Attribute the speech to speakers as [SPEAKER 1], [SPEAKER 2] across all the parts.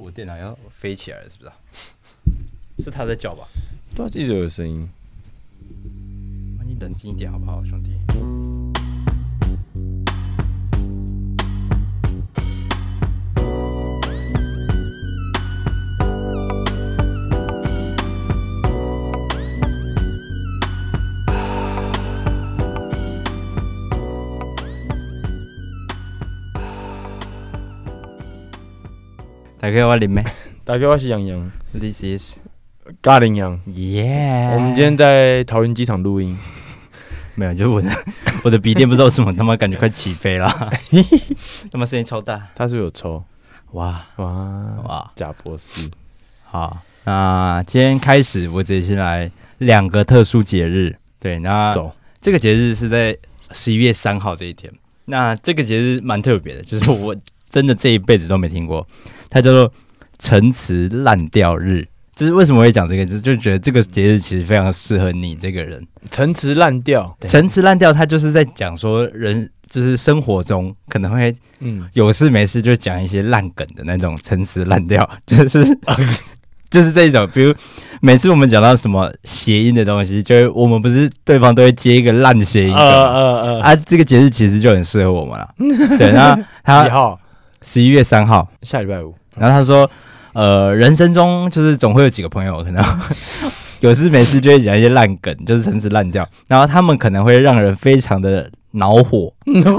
[SPEAKER 1] 我电脑要飞起来了，是不是啊？ 是他在叫吧？
[SPEAKER 2] 对啊，一直有声音。
[SPEAKER 1] 那你冷静一点好不好，兄弟？大家好，我林 妹
[SPEAKER 2] 大家好，我是杨洋，
[SPEAKER 1] ，This is
[SPEAKER 2] 咖喱杨。
[SPEAKER 1] Yeah。
[SPEAKER 2] 我们今天在桃园机场录音，
[SPEAKER 1] 没有，就是我的我的笔电不知道为什么他妈感觉快起飞了， 他妈声音超大，
[SPEAKER 2] 他是不是有抽
[SPEAKER 1] 哇
[SPEAKER 2] 哇
[SPEAKER 1] 哇！
[SPEAKER 2] 贾博士，
[SPEAKER 1] 好，那今天开始我直接先来两个特殊节日，对，那
[SPEAKER 2] 走
[SPEAKER 1] 这个节日是在十一月三号这一天，那这个节日蛮特别的，就是我真的这一辈子都没听过，它叫做陈词滥调日。就是为什么会讲这个，就就觉得这个节日其实非常适合你这个人，
[SPEAKER 2] 陈词滥调，
[SPEAKER 1] 陈词滥调，他就是在讲说人就是生活中可能会
[SPEAKER 2] 嗯，
[SPEAKER 1] 有事没事就讲一些烂梗的那种陈词滥调， 就是就是这种，比如每次我们讲到什么谐音的东西，就会我们不是对方都会接一个烂谐音梗吗。
[SPEAKER 2] 呃
[SPEAKER 1] 嗯啊，这个节日其实就很适合我们了。对，然后
[SPEAKER 2] 呃，几
[SPEAKER 1] 他
[SPEAKER 2] 号？
[SPEAKER 1] 十一月三号，
[SPEAKER 2] 下礼拜五。
[SPEAKER 1] 然后他说，呃，人生中就是总会有几个朋友可能 有事没事就会讲一些烂梗，就是陈词滥调，然后他们可能会让人非常的恼火，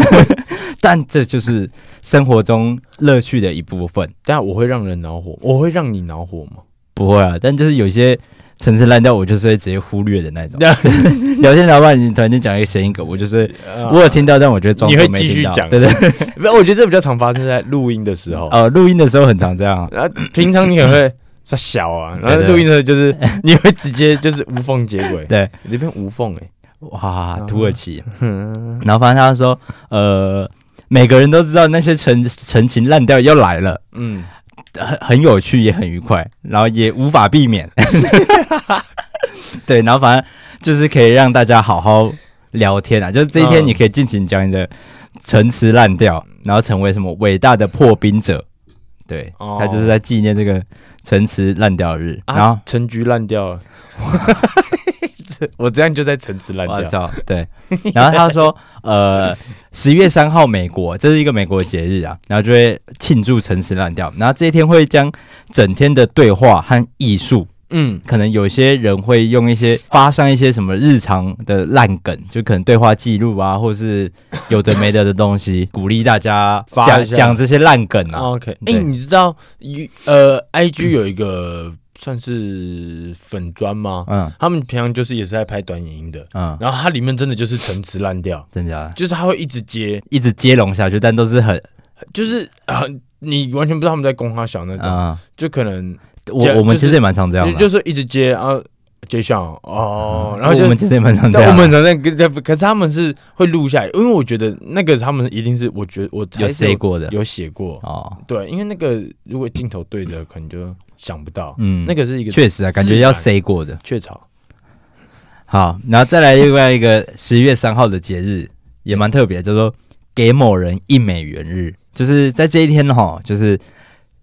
[SPEAKER 1] 但这就是生活中乐趣的一部分。
[SPEAKER 2] 但我会让人恼火，我会让你恼火 吗？
[SPEAKER 1] 不会啊，但就是有些陈词滥调，我就是会直接忽略的 那种。聊天聊半，你突然间讲一个谐音梗，我就是我有听到，但我觉得装
[SPEAKER 2] 啊你会
[SPEAKER 1] 作没
[SPEAKER 2] 继续
[SPEAKER 1] 听到。
[SPEAKER 2] 讲哦
[SPEAKER 1] 对对，
[SPEAKER 2] 不是，我觉得这比较常发生在录音的时候。
[SPEAKER 1] 呃，录音的时候很常这样啊。
[SPEAKER 2] 然后平常你可能会 傻小啊，然后
[SPEAKER 1] 对对
[SPEAKER 2] 录音的时候就是 你会直接就是无缝接轨。
[SPEAKER 1] 对，
[SPEAKER 2] 你这边无缝哎，
[SPEAKER 1] 哇，土耳其。
[SPEAKER 2] 嗯
[SPEAKER 1] 然后反正他说，呃，每个人都知道那些陈陈情滥调要来了，
[SPEAKER 2] 嗯，
[SPEAKER 1] 很很有趣，也很愉快，然后也无法避免。 对，然后反正就是可以让大家好好聊天啊，就是这一天
[SPEAKER 2] 嗯
[SPEAKER 1] 你可以尽情讲你的陈词滥调，然后成为什么伟大的破冰者。对，
[SPEAKER 2] 哦
[SPEAKER 1] 他就是在纪念这个陈词滥调日。然后
[SPEAKER 2] 啊，陈局烂掉了，这 我这样就在陈词烂
[SPEAKER 1] 我
[SPEAKER 2] 掉。
[SPEAKER 1] 操， 对。然后他说，呃，十一月三号，美国这是一个美国节日啊，然后就会庆祝陈词滥调。然后这一天会将整天的对话和艺术，
[SPEAKER 2] 嗯，
[SPEAKER 1] 可能有些人会用一些发上一些什么日常的烂梗，就可能对话记录啊，或是有的没的的东西，鼓励大家
[SPEAKER 2] 发
[SPEAKER 1] 讲
[SPEAKER 2] 一下
[SPEAKER 1] 讲这些烂梗啊。
[SPEAKER 2] OK，哎、
[SPEAKER 1] 对
[SPEAKER 2] 你知道一呃，IG 有一个算是粉砖吗？
[SPEAKER 1] 嗯
[SPEAKER 2] 他们平常就是也是在拍短影音的，
[SPEAKER 1] 嗯，
[SPEAKER 2] 然后它里面真的就是陈词滥调，
[SPEAKER 1] 真假的，啊
[SPEAKER 2] 就是他会一直接，
[SPEAKER 1] 一直接龙下去，但都是很
[SPEAKER 2] 就是很、你完全不知道他们在攻他小那种，
[SPEAKER 1] 啊、
[SPEAKER 2] 就可能就
[SPEAKER 1] 我我们
[SPEAKER 2] 就是
[SPEAKER 1] 其实也蛮常这样
[SPEAKER 2] 就
[SPEAKER 1] 的，啊
[SPEAKER 2] 就是一直接啊，接上哦，然后
[SPEAKER 1] 我
[SPEAKER 2] 就
[SPEAKER 1] 们。其实也蛮 常这
[SPEAKER 2] 但
[SPEAKER 1] 样的。
[SPEAKER 2] 我们常在跟，可是他们是会录下来，因为我觉得那个他们一定是，我觉得我猜
[SPEAKER 1] 有
[SPEAKER 2] 是
[SPEAKER 1] 谁过的
[SPEAKER 2] 有写过，嗯
[SPEAKER 1] 哦，
[SPEAKER 2] 对，因为那个如果镜头对着，可能就想不到。
[SPEAKER 1] 嗯
[SPEAKER 2] 那个是一个
[SPEAKER 1] 确实啊，感觉要塞过的。
[SPEAKER 2] 雀巢，
[SPEAKER 1] 好，然后再来另外一个十一月三号的节日，也蛮特别，叫做给某人一美元日，就是在这一天哈，就是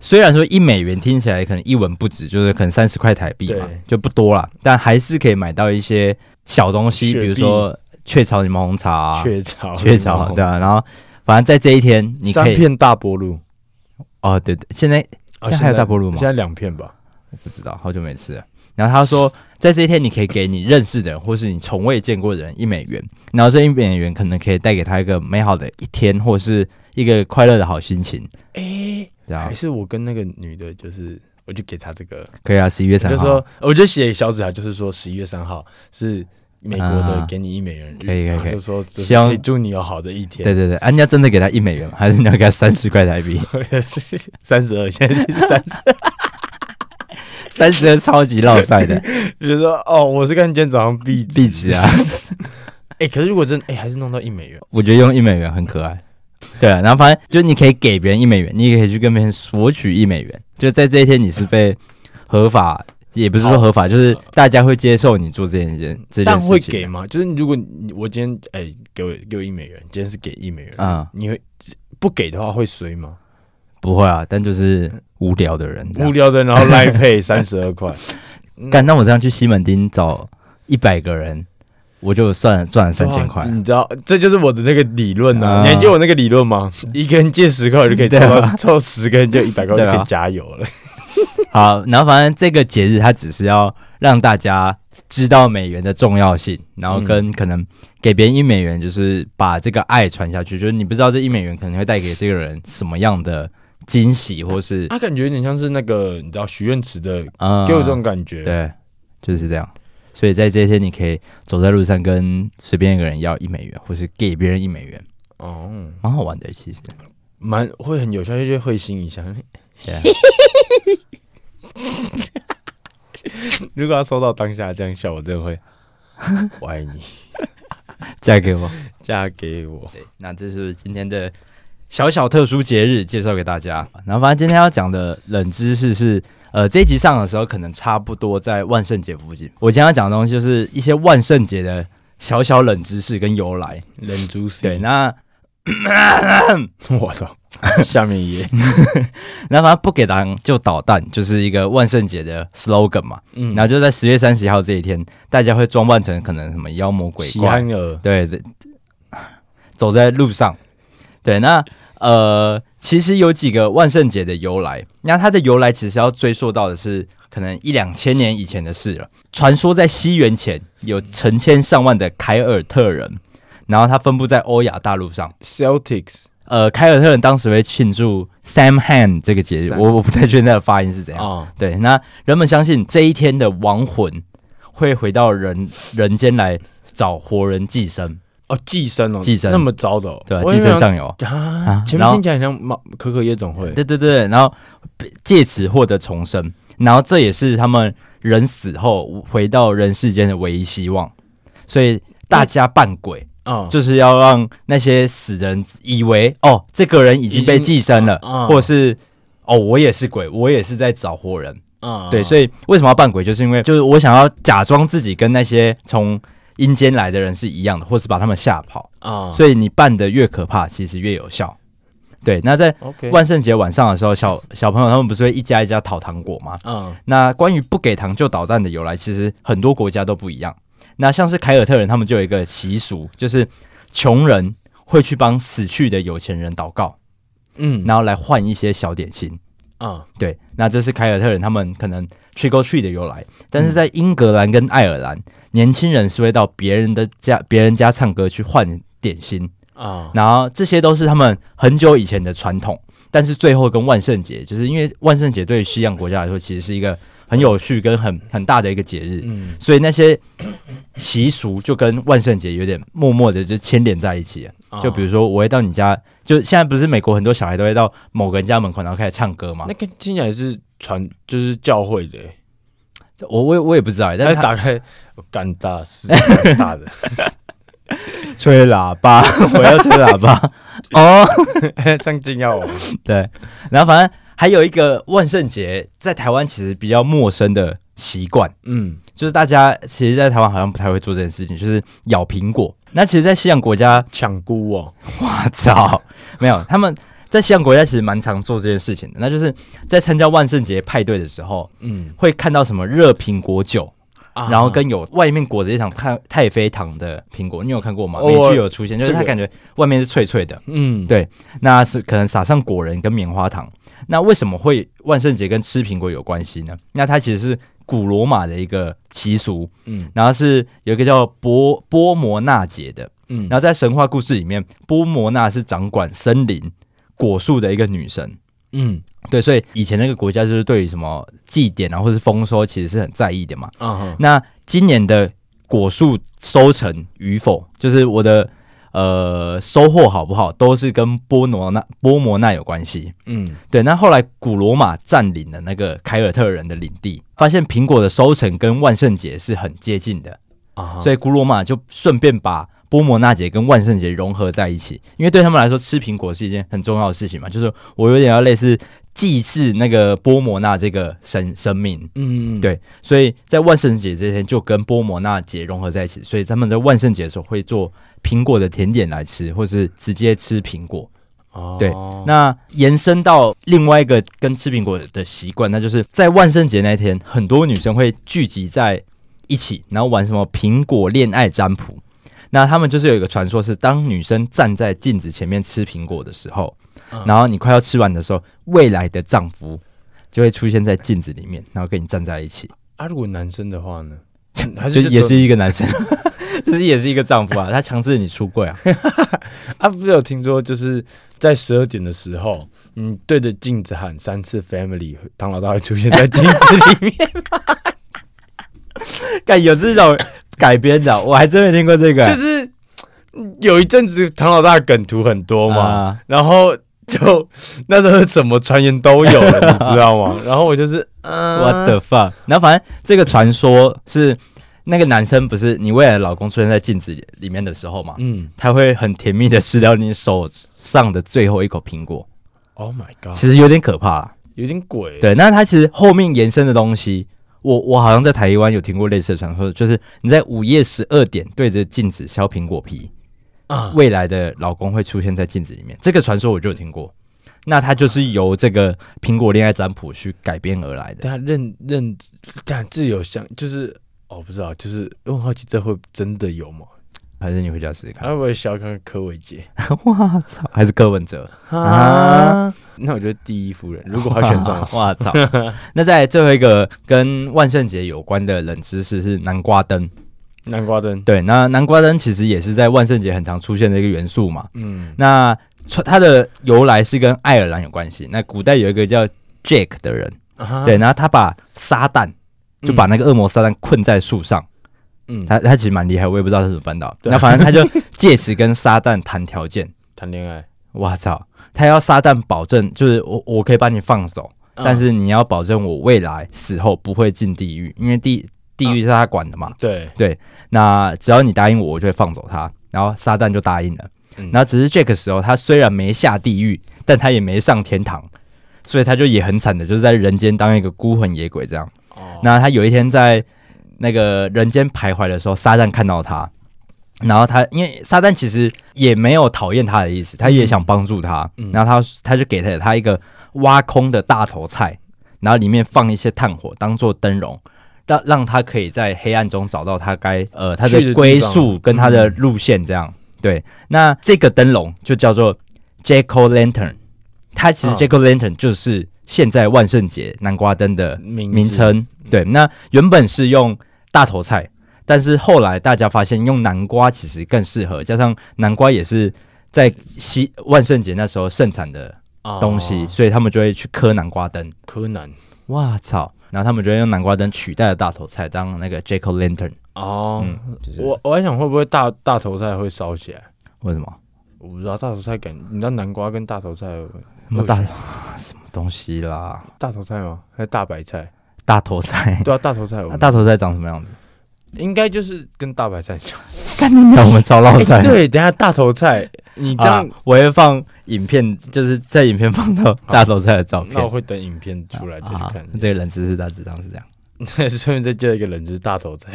[SPEAKER 1] 虽然说一美元听起来可能一文不值，就是可能三十块台币嘛
[SPEAKER 2] 对，
[SPEAKER 1] 就不多啦，但还是可以买到一些小东西，
[SPEAKER 2] 雪
[SPEAKER 1] 比
[SPEAKER 2] 碧
[SPEAKER 1] 如说雀巢柠檬红茶、啊、
[SPEAKER 2] 雀哦巢，
[SPEAKER 1] 雀巢对啊，然后反正在这一天你
[SPEAKER 2] 三
[SPEAKER 1] 可以
[SPEAKER 2] 片大波露，
[SPEAKER 1] 哦，对对，现在
[SPEAKER 2] 啊
[SPEAKER 1] 现在还有大波露吗
[SPEAKER 2] 现在两片吧。
[SPEAKER 1] 不知道，好久没吃了。然后他说，在这一天你可以给你认识的人或是你从未见过的人一美元，然后这一美元可能可以带给他一个美好的一天，或是一个快乐的好心情，啊
[SPEAKER 2] 哎，
[SPEAKER 1] 这样
[SPEAKER 2] 还是我跟那个女的，就是我就给她这个，
[SPEAKER 1] 可以啊。十一月
[SPEAKER 2] 我
[SPEAKER 1] 三
[SPEAKER 2] 就
[SPEAKER 1] 号
[SPEAKER 2] 说，我就写小指啊，就是说十一月三号是美国的
[SPEAKER 1] 啊
[SPEAKER 2] 给你一美元
[SPEAKER 1] 可
[SPEAKER 2] 日，
[SPEAKER 1] 以可以
[SPEAKER 2] 然后
[SPEAKER 1] 可以
[SPEAKER 2] 就说这是
[SPEAKER 1] 希望
[SPEAKER 2] 可以祝你有好的一天。
[SPEAKER 1] 对对对，啊，你要真的给他一美元吗，还是你要给他三十块台 币？
[SPEAKER 2] 三十二，现在是三十，
[SPEAKER 1] 三十超级落塞 的
[SPEAKER 2] 就是说哦，我是看今天早上壁纸
[SPEAKER 1] 壁纸啊，
[SPEAKER 2] 哎，可是如果真哎还是弄到一美元，
[SPEAKER 1] 我觉得用一美元很可爱。对啊，然后反正就是你可以给别人一美元，你也可以去跟别人索取一美元。就在这一天，你是被合法，也不是说合法，就是大家会接受你做这件事，这件事情。啊
[SPEAKER 2] 但会给吗？就是如果你我今天哎、给我给我一美元，今天是给一美元，
[SPEAKER 1] 啊、
[SPEAKER 2] 你会不给的话会衰吗？
[SPEAKER 1] 不会啊，但就是无聊的人这样。
[SPEAKER 2] 无聊的，然后赖 配三十二块，
[SPEAKER 1] 干，那我这样去西门町找一百个人，我就算赚了三千块
[SPEAKER 2] 哇。你知道，这就是我的那个理论呐、
[SPEAKER 1] 啊
[SPEAKER 2] 你还记得我那个理 论吗？一个人借十块就可以凑
[SPEAKER 1] 对
[SPEAKER 2] 到
[SPEAKER 1] 啊
[SPEAKER 2] 凑十个人就一百块就
[SPEAKER 1] 对啊
[SPEAKER 2] 可以加油了。
[SPEAKER 1] 好，然后反正这个节日它只是要让大家知道美元的重要性，然后跟
[SPEAKER 2] 嗯
[SPEAKER 1] 可能给别人一美元，就是把这个爱传下去，就是你不知道这一美元可能会带给这个人什么样的惊喜，或是
[SPEAKER 2] 他、感觉有点像是那个你知道许愿池的，
[SPEAKER 1] 呃，
[SPEAKER 2] 给我这种感觉。
[SPEAKER 1] 对，就是这样。所以在这一天，你可以走在路上跟随便一个人要一美元，或是给别人一美元，
[SPEAKER 2] 哦，
[SPEAKER 1] 蛮好玩的。其实，
[SPEAKER 2] 蛮会很有效，就会心 一下。
[SPEAKER 1] 对啊
[SPEAKER 2] 如果他收到当下这样笑，我真的会， 我爱你，
[SPEAKER 1] 嫁给我。
[SPEAKER 2] 嫁给我。
[SPEAKER 1] 那这是今天的小小特殊节日，介绍给大家。然后，反正今天要讲的冷知识是，呃，这一集上的时候可能差不多在万圣节附近。我今天要讲的东西就是一些万圣节的小小冷知识跟由来。
[SPEAKER 2] 冷猪死
[SPEAKER 1] 对，，那
[SPEAKER 2] 我 操！下面一页，
[SPEAKER 1] 那反正不给糖就捣蛋，就是一个万圣节的 slogan 嘛。
[SPEAKER 2] 嗯
[SPEAKER 1] 然后就在十月三十号这一天，大家会装扮成可能什么妖魔鬼
[SPEAKER 2] 喜
[SPEAKER 1] 怪，啊
[SPEAKER 2] 憨儿，
[SPEAKER 1] 对，这走在路上。对，那呃，其实有几个万圣节的由来，那它的由来其实要追溯到的是可能一两千年以前的事了。传说在西元前有成千上万的凯尔特人，然后他分布在欧亚大陆上。
[SPEAKER 2] Celtics
[SPEAKER 1] 呃，凯尔特人当时会庆祝 Sam Han 这个节日，
[SPEAKER 2] Sam
[SPEAKER 1] 我我不太确定它的发音是怎样。
[SPEAKER 2] 啊，
[SPEAKER 1] 对，那人们相信这一天的亡魂会回到人人间来找活人寄生，
[SPEAKER 2] 哦，寄生哦，
[SPEAKER 1] 寄生
[SPEAKER 2] 那么糟的哦，
[SPEAKER 1] 对吧、
[SPEAKER 2] 我以
[SPEAKER 1] 寄
[SPEAKER 2] 为
[SPEAKER 1] 生上游。
[SPEAKER 2] 啊
[SPEAKER 1] 啊，
[SPEAKER 2] 前面
[SPEAKER 1] 然后
[SPEAKER 2] 听起来很像毛可可夜总会，
[SPEAKER 1] 对对对，然后借此获得重生，然后这也是他们人死后回到人世间的唯一希望。所以大家扮鬼，
[SPEAKER 2] 啊，
[SPEAKER 1] 就是要让那些死人以为哦，这个人已经被
[SPEAKER 2] 已经
[SPEAKER 1] 寄生了，
[SPEAKER 2] 啊啊
[SPEAKER 1] 或是哦，我也是鬼，我也是在找活人。
[SPEAKER 2] 啊
[SPEAKER 1] 对，所
[SPEAKER 2] 以
[SPEAKER 1] 以为什么要扮鬼，就是因为就是我想要假装自己跟那些从阴间来的人是一样的，或是把他们吓跑。
[SPEAKER 2] 啊，
[SPEAKER 1] 所以你扮的越可怕，其实越有效。对，那在
[SPEAKER 2] OK，
[SPEAKER 1] 万圣节晚上的时候，小小朋友他们不是会一家一家讨糖果吗？
[SPEAKER 2] 啊
[SPEAKER 1] 那关于不给糖就捣蛋的由来，其实很多国家都不一样。那像是凯尔特人，他们就有一个习俗，就是穷人会去帮死去的有钱人祷告，
[SPEAKER 2] 嗯
[SPEAKER 1] 然后来换一些小点心。
[SPEAKER 2] 啊
[SPEAKER 1] 对，那这是凯尔特人他们可能 trick or treat 的由来，但是在英格兰跟爱尔兰，年轻人是会到别人的家、别人家唱歌去换点心，
[SPEAKER 2] 啊
[SPEAKER 1] 然后这些都是他们很久以前的传统，但是最后跟万圣节，就是因为万圣节对于西洋国家来说，其实是一个很有趣跟很很大的一个节日，
[SPEAKER 2] 嗯
[SPEAKER 1] 所以那些习俗就跟万圣节有点默默的就牵连在一起了。就比
[SPEAKER 2] 如
[SPEAKER 1] 如说，我会到你家，就现在不是美国很多小孩都会到某个人家门口，然后开始唱歌嘛
[SPEAKER 2] 那？个听起来是传就是教会的欸，
[SPEAKER 1] 我我也我也不知道欸，但是
[SPEAKER 2] 但是
[SPEAKER 1] 他
[SPEAKER 2] 哎打开干大事，干大的，
[SPEAKER 1] 吹喇叭， 我要吹喇叭。哦，
[SPEAKER 2] 这样禁药王
[SPEAKER 1] 对，然后反正还有一个万圣节在台湾其实比较陌生的习惯，
[SPEAKER 2] 嗯
[SPEAKER 1] 就是大家其实，在台湾好像不太会做这件事情，就是咬苹果。那其实，在西洋国家，
[SPEAKER 2] 抢菇哦，
[SPEAKER 1] 哇操，没有他们。在西洋国家其实蛮常做这件事情的，那就是在参加万圣节派对的时候，
[SPEAKER 2] 嗯，
[SPEAKER 1] 会看到什么热苹果酒，
[SPEAKER 2] 啊
[SPEAKER 1] 然后跟有外面裹着一层太太妃糖的苹果，你有看过吗？
[SPEAKER 2] 哦
[SPEAKER 1] 美
[SPEAKER 2] 我
[SPEAKER 1] 剧有出现，就是
[SPEAKER 2] 这
[SPEAKER 1] 它
[SPEAKER 2] 个
[SPEAKER 1] 感觉外面是脆脆的，
[SPEAKER 2] 嗯
[SPEAKER 1] 对那是可能撒上果仁跟棉花糖。那为什么会万圣节跟吃苹果有关系呢？那它其实是古罗马的一个习俗，
[SPEAKER 2] 嗯
[SPEAKER 1] 然后是有一个叫波波摩纳节的。
[SPEAKER 2] 嗯
[SPEAKER 1] 然后在神话故事里面，波摩纳是掌管森林果树的一个女神。
[SPEAKER 2] 嗯
[SPEAKER 1] 对，所以以前那个国家就是对于什么祭典啊，或是丰收，其实是很在意的嘛。
[SPEAKER 2] 啊哈
[SPEAKER 1] 那今年的果树收成与否，就是我的呃收获好不好，都是跟波罗那波摩那有关系。
[SPEAKER 2] 嗯
[SPEAKER 1] 对，那后来古罗马占领了那个凯尔特人的领地，发现苹果的收成跟万圣节是很接近的，
[SPEAKER 2] 啊哈，
[SPEAKER 1] 所以古罗马就顺便把波摩那节跟万圣节融合在一起，因为对他们来说吃苹果是一件很重要的事情嘛，就是我有点要类似祭祀那个波摩那这个神神明，
[SPEAKER 2] 嗯
[SPEAKER 1] 对，所以在万圣节这天就跟波摩纳节融合在一起，所以他们在万圣节的时候会做苹果的甜点来吃，或是直接吃苹果。
[SPEAKER 2] 哦
[SPEAKER 1] 对那延伸到另外一个跟吃苹果的习惯，那就是在万圣节那天，很多女生会聚集在一起，然后玩什么苹果恋爱占卜。那他们就是有一个传说是，当女生站在镜子前面吃苹果的时候，
[SPEAKER 2] 嗯
[SPEAKER 1] 然后你快要吃完的时候，未来的丈夫就会出现在镜子里面，然后跟你站在一起，
[SPEAKER 2] 啊，如果男生的话 呢，嗯还
[SPEAKER 1] 就是也
[SPEAKER 2] 这种
[SPEAKER 1] 是一个男 生， 就是也是一个丈夫啊，他强制你出柜啊，
[SPEAKER 2] 啊，不是有听说就是在十二点的时候，你对着镜子喊三次 “family”，唐老大会出现在镜子里 面，
[SPEAKER 1] 干有这种改编的啊，我还真没听过这个、
[SPEAKER 2] 就是 有一阵子唐老大的梗图很多嘛，
[SPEAKER 1] 啊
[SPEAKER 2] 然后就那时候什么传言都有了，你知道吗？ 然后我就是，呃
[SPEAKER 1] What
[SPEAKER 2] 我
[SPEAKER 1] the fuck？然后反正这个传说是那个男生不是你未来的老公出现在镜子里面的时候嘛，
[SPEAKER 2] 嗯
[SPEAKER 1] 他会很甜蜜的吃掉你手上的最后一口苹果，
[SPEAKER 2] ，Oh my god，
[SPEAKER 1] 其实有点可怕啦。
[SPEAKER 2] 有点鬼，，
[SPEAKER 1] 哦对，那他其实后面延伸的东西，我我好像在台湾有听过类似的传说，就是你在午夜十二点对着镜子削苹果皮，
[SPEAKER 2] 啊
[SPEAKER 1] 未来的老公会出现在镜子里面。这个传说我就有听过。那它就是由这个苹果恋爱占卜去改编而来的。
[SPEAKER 2] 但认认，但这有相就是。哦，不知道，就是我很好奇，这会真的有吗？
[SPEAKER 1] 还是你回家试试看？
[SPEAKER 2] 还会不会小看看柯伟杰？
[SPEAKER 1] 哇操，还是柯文哲？啊，
[SPEAKER 2] 啊，那我觉得第一夫人，如果他选上了
[SPEAKER 1] 哇操！那在最后一个跟万圣节有关的冷知识是南瓜灯。
[SPEAKER 2] 南瓜灯，
[SPEAKER 1] 对，那南瓜灯其实也是在万圣节很常出现的一个元素嘛。
[SPEAKER 2] 嗯，
[SPEAKER 1] 那传它的由来是跟爱尔兰有关系。那古代有一个叫 Jack 的人，
[SPEAKER 2] 啊
[SPEAKER 1] 对，，然后他把撒旦就把那个恶魔撒旦困在树上，
[SPEAKER 2] 嗯，他
[SPEAKER 1] 他他其实蛮厉害，我也不知道他怎么办到。
[SPEAKER 2] 对
[SPEAKER 1] 那反正他就借此跟撒旦谈条件，
[SPEAKER 2] 谈恋爱，
[SPEAKER 1] 哇操！他要撒旦保证，就是我我可以把你放走，
[SPEAKER 2] 嗯
[SPEAKER 1] 但是你要保证我未来死后不会进地狱，因为地地狱是他管的嘛。
[SPEAKER 2] 啊对，
[SPEAKER 1] 那只要你答应我，我就会放走他。然后撒旦就答应了。
[SPEAKER 2] 嗯
[SPEAKER 1] 然后只是 Jack 的时候，他虽然没下地狱，但他也没上天堂，所以他就也很惨的，就是在人间当一个孤魂野鬼这样。
[SPEAKER 2] 哦
[SPEAKER 1] 那他有一天在那个人间徘徊的时候，撒旦看到他，然后他因为撒旦其实也没有讨厌他的意思，他也想帮助他，
[SPEAKER 2] 嗯
[SPEAKER 1] 然后他他就给了他一个挖空的大头菜，然后里面放一些炭火当做灯笼。让让他可以在黑暗中找到他该呃他
[SPEAKER 2] 去的
[SPEAKER 1] 的
[SPEAKER 2] 地
[SPEAKER 1] 归
[SPEAKER 2] 方嗯
[SPEAKER 1] 宿跟他的路线这样、对，那这个灯笼就叫做 Jack O' Lantern，它其实
[SPEAKER 2] 嗯
[SPEAKER 1] Jack O' Lantern 就是现在万圣节南瓜灯的
[SPEAKER 2] 名
[SPEAKER 1] 名
[SPEAKER 2] 字，嗯
[SPEAKER 1] 称。对，那原本是用大头菜，但是后来大家发现用南瓜其实更适合，加上南瓜也是在西万圣节那时候盛产的
[SPEAKER 2] 哦
[SPEAKER 1] 东西，所以他们就会去磕南瓜灯。
[SPEAKER 2] 柯南，
[SPEAKER 1] 哇操！然后他们就会用南瓜灯取代了大头菜，当那个 Jack O' Lantern。
[SPEAKER 2] 哦，
[SPEAKER 1] 就是
[SPEAKER 2] 我我还想会不会大大头菜会烧起来，
[SPEAKER 1] 为什么？
[SPEAKER 2] 我不知道大头菜感，你知道南瓜跟大头菜有
[SPEAKER 1] 什么大
[SPEAKER 2] 恶
[SPEAKER 1] 什么东西啦？
[SPEAKER 2] 大头菜吗？还是大 白菜？
[SPEAKER 1] 大头菜？
[SPEAKER 2] 对啊，大头菜有
[SPEAKER 1] 那，大头菜长什么样子？
[SPEAKER 2] 应该就是跟大白菜像，
[SPEAKER 1] 那我们超老菜。
[SPEAKER 2] 哎 对，等一下大头菜，你这样
[SPEAKER 1] 啊，我会放影片，就是在影片放到大头菜的照片啊
[SPEAKER 2] 那我。会等影片出来再去看。
[SPEAKER 1] 这个冷知识大致上是这样。
[SPEAKER 2] 顺便再接一个冷知识大头 菜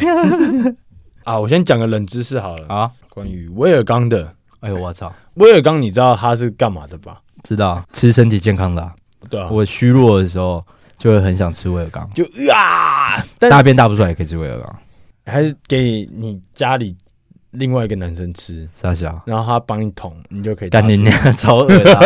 [SPEAKER 2] 啊！我先讲个冷知识好了，
[SPEAKER 1] 啊，
[SPEAKER 2] 关于威尔刚的。
[SPEAKER 1] 哎呦我操，
[SPEAKER 2] 威尔刚，你知道他是干嘛的吧？
[SPEAKER 1] 知道吃身体健康的啊、
[SPEAKER 2] 对啊，
[SPEAKER 1] 我虚弱的时候就会很想吃威尔刚，
[SPEAKER 2] 就啊，但
[SPEAKER 1] 大便大不出来也可以吃威尔刚。
[SPEAKER 2] 还是给你家里另外一个男生吃，
[SPEAKER 1] 傻笑，
[SPEAKER 2] 然后他帮你捅，你就可以
[SPEAKER 1] 干你
[SPEAKER 2] 大
[SPEAKER 1] 娘，超恶 的啊、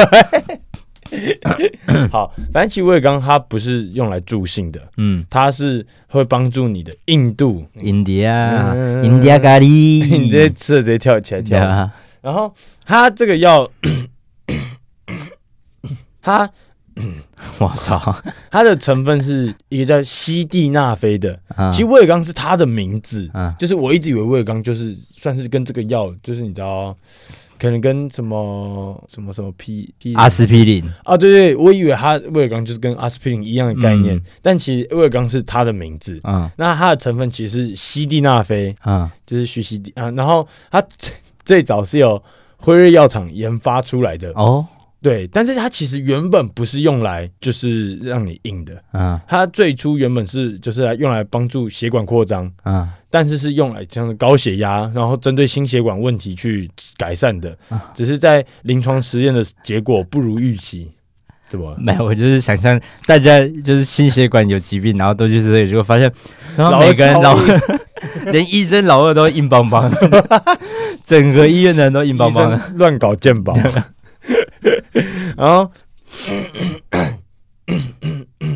[SPEAKER 2] 便好，反正其实威尔刚它不是用来助兴的，
[SPEAKER 1] 嗯，
[SPEAKER 2] 它是会帮助你的硬度。
[SPEAKER 1] 印第安，
[SPEAKER 2] 嗯
[SPEAKER 1] 印第安咖喱，
[SPEAKER 2] 你直接吃了直接跳起来跳
[SPEAKER 1] 对。 啊
[SPEAKER 2] 然后它这个药， 它
[SPEAKER 1] 我操，
[SPEAKER 2] 它的成分是一个叫西地那非的，
[SPEAKER 1] 啊
[SPEAKER 2] 其实威尔刚是它的名字，
[SPEAKER 1] 啊
[SPEAKER 2] 就是我一直以为威尔刚就是算是跟这个药，就是你知道，可能跟什么什么什么 P P
[SPEAKER 1] 阿司匹林，
[SPEAKER 2] 啊，对对，我以为它威尔刚就是跟阿司匹林一样的概念，
[SPEAKER 1] 嗯
[SPEAKER 2] 但其实威尔刚是它的名字。
[SPEAKER 1] 嗯
[SPEAKER 2] 那它的成分其实是西地那非，
[SPEAKER 1] 嗯，
[SPEAKER 2] 就是徐西 地啊，然后它最早是由辉瑞药厂研发出来的，
[SPEAKER 1] 哦，
[SPEAKER 2] 对，但是它其实原本不是用来就是让你硬的，
[SPEAKER 1] 啊
[SPEAKER 2] 它最初原本是就是来用来帮助血管扩张，
[SPEAKER 1] 啊
[SPEAKER 2] 但是是用来像是高血压，然后针对心血管问题去改善的
[SPEAKER 1] 啊，
[SPEAKER 2] 只是在临床实验的结果不如预期，怎么了？
[SPEAKER 1] 没有，我就是想象大家就是心血管有疾病，然后都去这里，结果发现，然后
[SPEAKER 2] 老二
[SPEAKER 1] 每个人
[SPEAKER 2] 超
[SPEAKER 1] 老 连医生老二都硬邦邦的，整个医院的人都硬邦
[SPEAKER 2] 医
[SPEAKER 1] 邦的。
[SPEAKER 2] 生乱搞鉴 宝，然后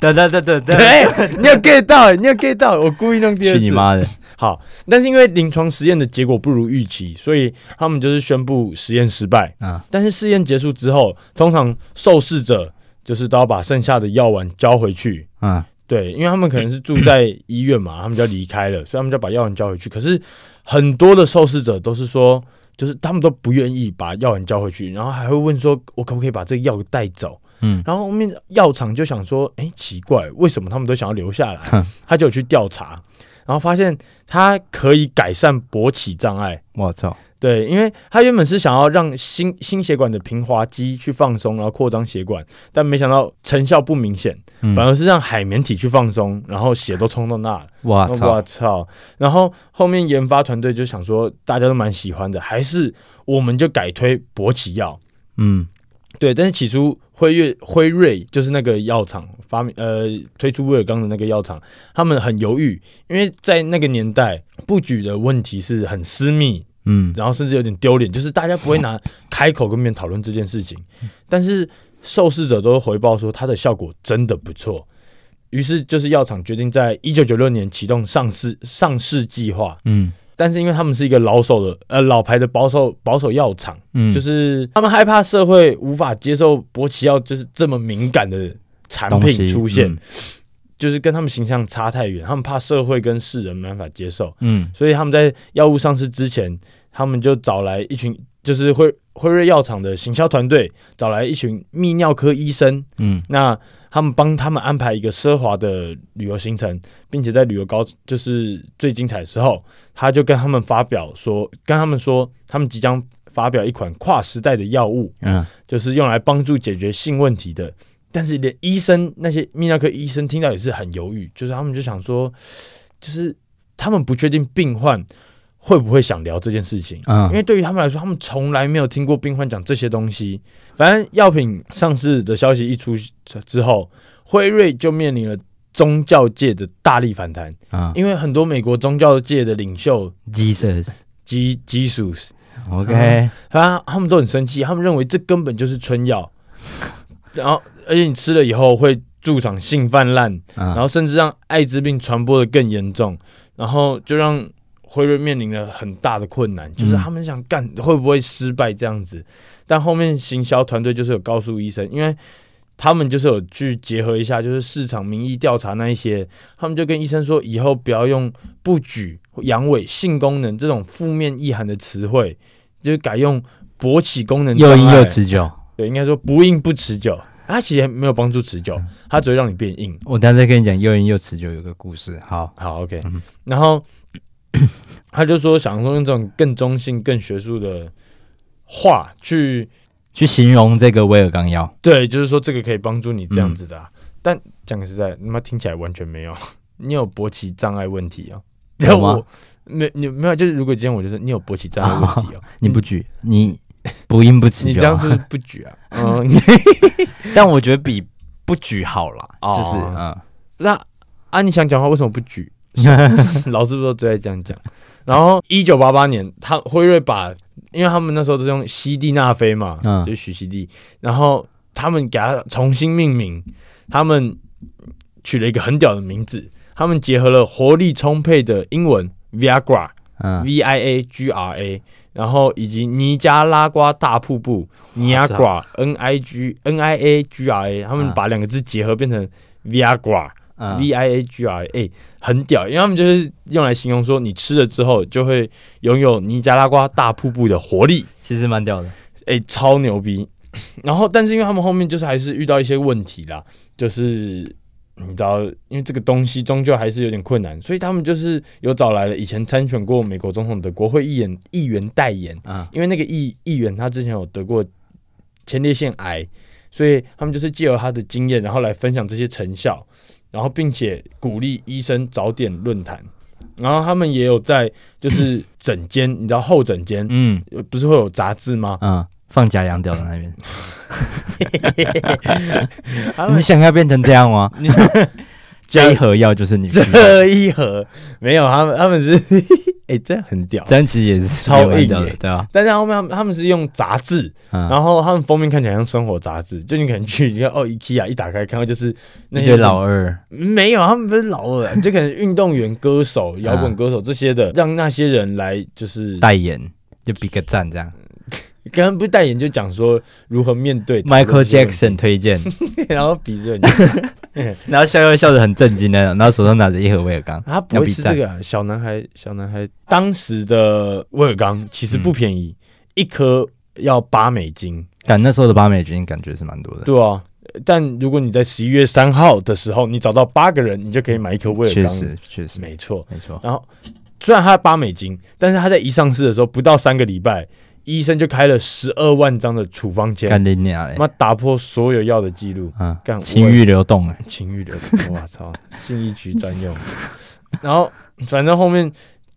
[SPEAKER 1] 对对对对对，
[SPEAKER 2] 对，你有 get 到，你有 get 到，我故意弄第二
[SPEAKER 1] 去
[SPEAKER 2] 次。
[SPEAKER 1] 你妈的！
[SPEAKER 2] 好，但是因为临床实验的结果不如预期，所以他们就是宣布实验失败。
[SPEAKER 1] 啊
[SPEAKER 2] 但是试验结束之后，通常受试者就是都要把剩下的药丸交回去。
[SPEAKER 1] 啊
[SPEAKER 2] 对，因为他们可能是住在医院嘛，他们就要离开了，所以他们就把药丸交回去。可是很多的受试者都是说，就是他们都不愿意把药丸交回去，然后还会问说，我可不可以把这个药带走？
[SPEAKER 1] 嗯
[SPEAKER 2] 然后后面药厂就想说，哎、奇怪，为什么他们都想要留下来
[SPEAKER 1] 哼？
[SPEAKER 2] 他就有去调查，然后发现它可以改善勃起障碍。
[SPEAKER 1] 我操！
[SPEAKER 2] 对，因为他原本是想要让心心血管的平滑肌去放松，然后扩张血管，但没想到成效不明显，
[SPEAKER 1] 嗯
[SPEAKER 2] 反而是让海绵体去放松，然后血都冲到那了。
[SPEAKER 1] 我啊操！
[SPEAKER 2] 我操！然后后面研发团队就想说，大家都蛮喜欢的，还是我们就改推勃起药。
[SPEAKER 1] 嗯
[SPEAKER 2] 对，但是起初辉瑞辉瑞就是那个药厂发明呃推出威尔刚的那个药厂，他们很犹豫，因为在那个年代布局的问题是很私密，
[SPEAKER 1] 嗯
[SPEAKER 2] 然后甚至有点丢脸，就是大家不 会拿开口跟别人讨论这件事情。但是受试者都回报说它的效果真的不错，于是就是药厂决定在一九九六年启动上市上市计划。
[SPEAKER 1] 嗯
[SPEAKER 2] 但是因为他们是一个老手的呃老牌的保守保守药厂，
[SPEAKER 1] 嗯，
[SPEAKER 2] 就是他们害怕社会无法接受勃起药就是这么敏感的产
[SPEAKER 1] 东
[SPEAKER 2] 品
[SPEAKER 1] 西嗯
[SPEAKER 2] 出现，，就是跟他们形象差太远，他们怕社会跟世人没办法接受，
[SPEAKER 1] 嗯
[SPEAKER 2] 所以他们在药物上市之前，他们就找来一群就是辉辉瑞药厂的行销团队，找来一群泌尿科医生，
[SPEAKER 1] 嗯
[SPEAKER 2] 那他们帮他们安排一个奢华的旅游行程，并且在旅游高就是最精彩的时候，他就跟他们发表说，跟他们说，他们即将发表一款跨时代的药物，
[SPEAKER 1] 嗯
[SPEAKER 2] 就是用来帮助解决性问题的。但是连医生那些泌尿科医生听到也是很犹豫，就是他们就想说，就是他们不确定病患会不会想聊这件事情。
[SPEAKER 1] 嗯，
[SPEAKER 2] 因为对于他们来说，他们从来没有听过病患讲这些东西。反正药品上市的消息一出之后，辉瑞就面临了宗教界的大力反弹，
[SPEAKER 1] 啊
[SPEAKER 2] 因为很多美国宗教界的领袖
[SPEAKER 1] ，Jesus。
[SPEAKER 2] 及 Jesus，啊
[SPEAKER 1] OK，
[SPEAKER 2] 他他们都很生气，他们认为这根本就是春药，然后而且你吃了以后会助长性泛滥，然
[SPEAKER 1] 啊
[SPEAKER 2] 后甚至让艾滋病传播的更严重，然后就让辉瑞面临了很大的困难，就是他们想干会不会失败这样子，但后面行销团队就是有告诉医生，因为他们就是有去结合一下，就是市场民意调查那一些，他们就跟医生说，以后不要用不举、阳痿、性功能这种负面意涵的词汇，就是改用勃起功能障
[SPEAKER 1] 又
[SPEAKER 2] 碍，
[SPEAKER 1] 硬又持久。
[SPEAKER 2] 对，应该说不硬不持久。它其实没有帮助持久，它只会让你变硬。
[SPEAKER 1] 我待会跟你讲又硬又持久有个故事。好，
[SPEAKER 2] 好，OK，、然
[SPEAKER 1] 嗯
[SPEAKER 2] 后 他就说想说用这种更中性、更学术的话去，
[SPEAKER 1] 去形容这个威尔刚药，
[SPEAKER 2] 对，就是说这个可以帮助你这样子的啊、
[SPEAKER 1] 嗯
[SPEAKER 2] 但讲个实在，他妈听起来完全没有。 你有勃起障碍问题哦？
[SPEAKER 1] 有吗
[SPEAKER 2] 我没你没有，就是如果今天我就说你有勃起障碍问 题哦，
[SPEAKER 1] 你不举，你不硬不持久。
[SPEAKER 2] 你这样是不是不举 啊？嗯，
[SPEAKER 1] 但我觉得比不举好啦，
[SPEAKER 2] 哦
[SPEAKER 1] 就是嗯，
[SPEAKER 2] 那啊，你想讲话为什么不举？ 老师都最爱这样讲。然后一九八八年，他辉瑞把，因为他们那时候都是用西地那非嘛，
[SPEAKER 1] 嗯
[SPEAKER 2] 就是许西地，然后他们给他重新命名，他们取了一个很屌的名字，他们结合了活力充沛的英文 Viagra
[SPEAKER 1] 嗯
[SPEAKER 2] V I A G R A，然后以及尼加拉瓜大瀑布 Niagara N I G N I A G R A，他们
[SPEAKER 1] 嗯
[SPEAKER 2] 把两个字结合变成 Viagra。
[SPEAKER 1] 嗯
[SPEAKER 2] V I A G R A 很屌，因为他们就是用来形容说你吃了之后就会拥有尼加拉瓜大瀑布的活力，
[SPEAKER 1] 其实蛮屌的。
[SPEAKER 2] 哎、超牛逼。 然后，但是因为他们后面就是还是遇到一些问题啦，就是你知道，因为这个东西终究还是有点困难，所以他们就是有找来了以前参选过美国总统的国会议员议员代言，
[SPEAKER 1] 嗯
[SPEAKER 2] 因为那个议议员他之前有得过前列腺癌，所以他们就是借由他的经验，然后来分享这些成效，然后并且鼓励医生早点论坛。然后他们也有在就是诊间， 你知道后诊间
[SPEAKER 1] 嗯
[SPEAKER 2] 呃不是会有杂志吗？
[SPEAKER 1] 嗯，放假养屌的那边，
[SPEAKER 2] 他
[SPEAKER 1] 你
[SPEAKER 2] 们
[SPEAKER 1] 想要变成这样吗？
[SPEAKER 2] 你
[SPEAKER 1] 这一盒药就是你需要的，
[SPEAKER 2] 这一盒没有，他们他们是 哎、这很屌，
[SPEAKER 1] 这样其实也是
[SPEAKER 2] 超硬
[SPEAKER 1] 蛮屌的
[SPEAKER 2] 耶
[SPEAKER 1] 对吧？
[SPEAKER 2] 但是他们他们他们是用杂志，
[SPEAKER 1] 嗯，
[SPEAKER 2] 然后他们封面看起来像生活杂志，就你可能去你看哦，IKEA 一打开看到就是那
[SPEAKER 1] 一
[SPEAKER 2] 些
[SPEAKER 1] 堆老二，
[SPEAKER 2] 没有，他们不是老了，就可能运动员、歌手、摇滚歌手这些
[SPEAKER 1] 嗯
[SPEAKER 2] 的，让那些人来就是
[SPEAKER 1] 代言就比个赞这样。
[SPEAKER 2] 刚刚不是代言就讲说如何面对
[SPEAKER 1] Michael
[SPEAKER 2] 讨论这些问
[SPEAKER 1] Jackson 推荐，
[SPEAKER 2] 题 然后比着你，
[SPEAKER 1] 然后笑又笑得很震惊的，然后手上拿着一盒威尔刚，
[SPEAKER 2] 他不会吃这个 啊、小男孩，小男孩当时的威尔刚其实不便宜，一颗要八美金，
[SPEAKER 1] 感那时候的八美金感觉是蛮多的，
[SPEAKER 2] 对啊。但如果你在十一月三号的时候，你找到八个人，你就可以买一颗威尔
[SPEAKER 1] 确
[SPEAKER 2] 刚，
[SPEAKER 1] 实确实
[SPEAKER 2] 没错。
[SPEAKER 1] 没错，
[SPEAKER 2] 然后虽然它八美金，但是它在一上市的时候不到三个礼拜，医生就开了十二万张的处方
[SPEAKER 1] 干
[SPEAKER 2] 签，
[SPEAKER 1] 你娘嘞
[SPEAKER 2] 他，妈打破所有药的记录，
[SPEAKER 1] 嗯，
[SPEAKER 2] 干
[SPEAKER 1] 情欲流动哎，
[SPEAKER 2] 我情欲流，我操，信义局专用。然后反正后面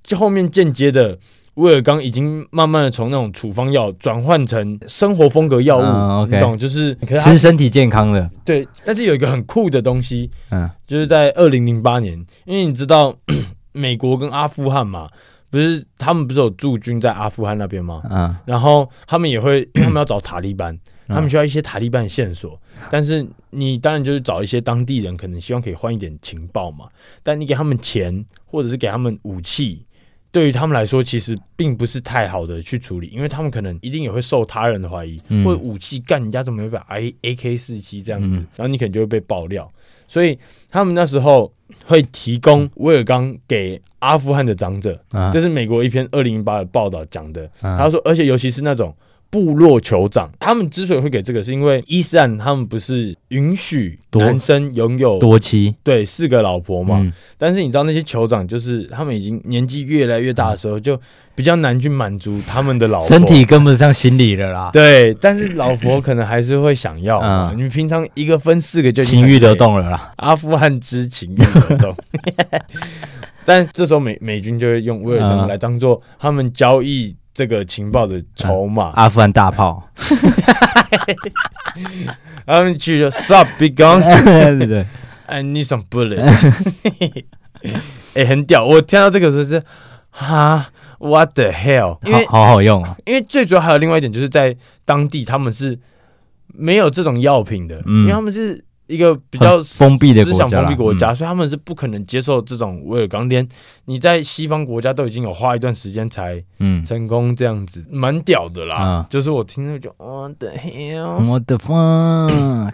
[SPEAKER 2] 就后面间接的。威尔刚已经慢慢的从那种处方药转换成生活风格药物，
[SPEAKER 1] 嗯，OK
[SPEAKER 2] 你懂？就是可是它
[SPEAKER 1] 吃身体健康的，
[SPEAKER 2] 对，但是有一个很酷的东西，
[SPEAKER 1] 嗯，
[SPEAKER 2] 就是在二零零八年，因为你知道 美国跟阿富汗嘛，不是他们不是有驻军在阿富汗那边吗？
[SPEAKER 1] 嗯，
[SPEAKER 2] 然后他们也会， 因为他们要找塔利班，他们需要一些塔利班的线索，但是你当然就是找一些当地人，可能希望可以换一点情报嘛。但你给他们钱，或者是给他们武器，对于他们来说其实并不是太好的去处理，因为他们可能一定也会受他人的怀疑，
[SPEAKER 1] 嗯
[SPEAKER 2] 或者武器干人家怎么会把 A A K 四七这样子，
[SPEAKER 1] 嗯
[SPEAKER 2] 然后你可能就会被爆料。所以他们那时候会提供威尔刚给阿富汗的长者，
[SPEAKER 1] 嗯
[SPEAKER 2] 这是美国一篇二零零八的报道讲的。
[SPEAKER 1] 嗯
[SPEAKER 2] 他说，而且尤其是那种部落酋长，他们之所以会给这个，是因为伊斯兰他们不是允许
[SPEAKER 1] 多
[SPEAKER 2] 男生拥有
[SPEAKER 1] 多妻
[SPEAKER 2] 对四个老婆嘛？
[SPEAKER 1] 嗯
[SPEAKER 2] 但是你知道那些酋长，就是他们已经年纪越来越大的时候，就比较难去满足他们的老婆。
[SPEAKER 1] 身体跟不上心理了啦，
[SPEAKER 2] 对，但是老婆可能还是会想要嘛。
[SPEAKER 1] 嗯
[SPEAKER 2] 你平常一个分四个就已经
[SPEAKER 1] 情欲
[SPEAKER 2] 很累
[SPEAKER 1] 流动了啦，
[SPEAKER 2] 阿富汗之情欲流动。 但这时候美美军就会用威尔刚
[SPEAKER 1] 嗯
[SPEAKER 2] 来当做他们交易这个情报的筹码，
[SPEAKER 1] 阿富汗大 炮，
[SPEAKER 2] 他们去就 Sup Big Gun
[SPEAKER 1] 对对对，
[SPEAKER 2] I need some bullets。哎、很屌！我听到这个时候是哈 What the hell？因为
[SPEAKER 1] 好好好用啊，
[SPEAKER 2] 因为最主要还有另外一点，就是在当地他们是没有这种药品的，
[SPEAKER 1] 嗯
[SPEAKER 2] 因为他们是一个比较
[SPEAKER 1] 很封闭的
[SPEAKER 2] 思
[SPEAKER 1] 国
[SPEAKER 2] 想
[SPEAKER 1] 家啦嗯
[SPEAKER 2] 封闭国家，所以他们是不可能接受这种威尔刚。连你在西方国家都已经有花一段时间才
[SPEAKER 1] 嗯
[SPEAKER 2] 成功，这样子蛮屌的啦
[SPEAKER 1] 啊。
[SPEAKER 2] 就是我听着就 What the hell？
[SPEAKER 1] 嗯，What the fuck？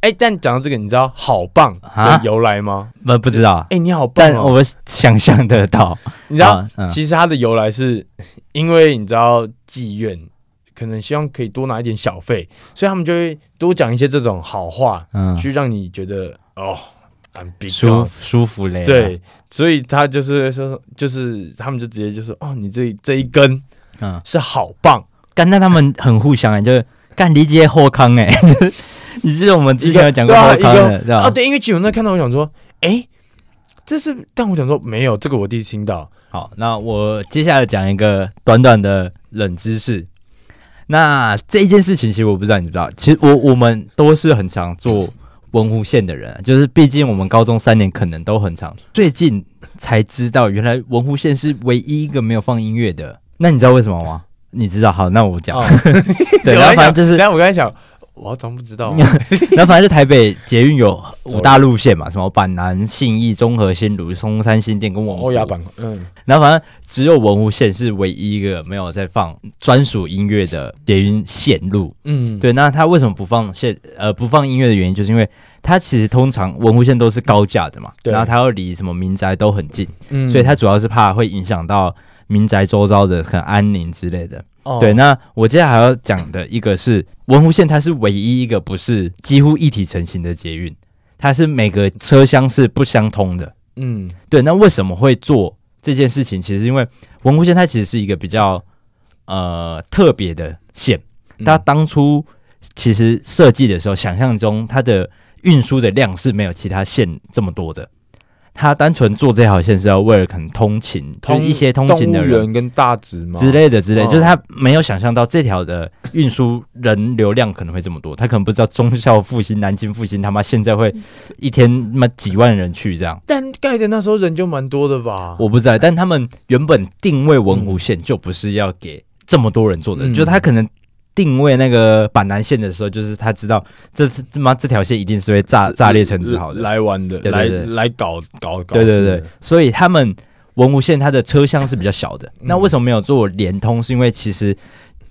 [SPEAKER 2] 哎，但讲到这个，你知道好棒的
[SPEAKER 1] 啊
[SPEAKER 2] 由来吗？
[SPEAKER 1] 不不知道，啊
[SPEAKER 2] 哎，你好棒
[SPEAKER 1] 但
[SPEAKER 2] 哦！
[SPEAKER 1] 我想象得到，
[SPEAKER 2] 你知道
[SPEAKER 1] 啊，嗯
[SPEAKER 2] 其实它的由来是因为你知道妓院可能希望可以多拿一点小费，所以他们就会多讲一些这种好话，
[SPEAKER 1] 嗯，
[SPEAKER 2] 去让你觉得哦，I'm big
[SPEAKER 1] 舒
[SPEAKER 2] gone
[SPEAKER 1] 舒服嘞，
[SPEAKER 2] 对，所以他就是会说，就是他们就直接就说，哦，你这这一根
[SPEAKER 1] 嗯。
[SPEAKER 2] 是好棒，
[SPEAKER 1] 干，那他们很互相哎、就是干理解后康哎、 你记得我们之前有讲过后
[SPEAKER 2] 一
[SPEAKER 1] 康
[SPEAKER 2] 个
[SPEAKER 1] 的，对吧？
[SPEAKER 2] 啊，对，因为基本上看到我想说，哎，这是，但我想说没有，这个我第一次听到，
[SPEAKER 1] 好，那我接下来讲一个短短的冷知识。那这一件事情，其实我不知道你知不知道，其实我我们都是很常做文湖线的人，啊就是毕竟我们高中三年可能都很常，最近才知道原来文湖线是唯一一个没有放音乐的。那你知道为什么吗？你知道，好，那我讲。
[SPEAKER 2] 哦 啊
[SPEAKER 1] 对，然后反正就是
[SPEAKER 2] 然后我刚才想，我怎么不 知道啊？
[SPEAKER 1] 然后反正就台北捷运 有五大路线嘛，什么板南、信义、中和、新竹、松山、新店跟文湖。
[SPEAKER 2] 欧亚。版，嗯，
[SPEAKER 1] 然后反正只有文湖线是唯一一个没有在放专属音乐的捷运线路。
[SPEAKER 2] 嗯，
[SPEAKER 1] 对，那它为什么不放线呃不放音乐的原因，就是因为它其实通常文湖线都是高架的嘛，
[SPEAKER 2] 对
[SPEAKER 1] 然后它又离什么民宅都很近，
[SPEAKER 2] 嗯，
[SPEAKER 1] 所以它主要是怕会影响到民宅周遭的很安宁之类的。
[SPEAKER 2] 哦
[SPEAKER 1] 对，那我接下来还要讲的一个是文湖线，它是唯一一个不是几乎一体成型的捷运，它是每个车厢是不相通的。
[SPEAKER 2] 嗯
[SPEAKER 1] 对，那为什么会做这件事情？其实因为文
[SPEAKER 2] 嗯
[SPEAKER 1] 湖线它其实是一个比较呃特别的线，它当初其实设计的时候，想象中它的运输的量是没有其他线这么多的。它单纯做这条线是要为了可能通勤，
[SPEAKER 2] 通
[SPEAKER 1] 就是一些通勤的
[SPEAKER 2] 动物
[SPEAKER 1] 人
[SPEAKER 2] 园跟大直嘛
[SPEAKER 1] 之类的之类，
[SPEAKER 2] 哦
[SPEAKER 1] 就是他没有想象到这条的运输人流量可能会这么多，他可能不知道忠孝复兴、南京复兴他妈现在会一天他妈几万人去这样，
[SPEAKER 2] 但盖的那时候人就蛮多的吧？
[SPEAKER 1] 我不知道。但他们原本定位文湖线就不是要给这么多人做的，
[SPEAKER 2] 嗯
[SPEAKER 1] 就是他可能。定位那个板南线的时候，就是他知道这他妈这条线一定是会炸
[SPEAKER 2] 是
[SPEAKER 1] 炸裂成只好的，
[SPEAKER 2] 来玩的，
[SPEAKER 1] 对对
[SPEAKER 2] 来
[SPEAKER 1] 对
[SPEAKER 2] 来搞搞搞
[SPEAKER 1] 对对
[SPEAKER 2] 事的
[SPEAKER 1] 对，所以他们文湖线它的车厢是比较小的。
[SPEAKER 2] 嗯
[SPEAKER 1] 那为什么没有做连通？是因为其实，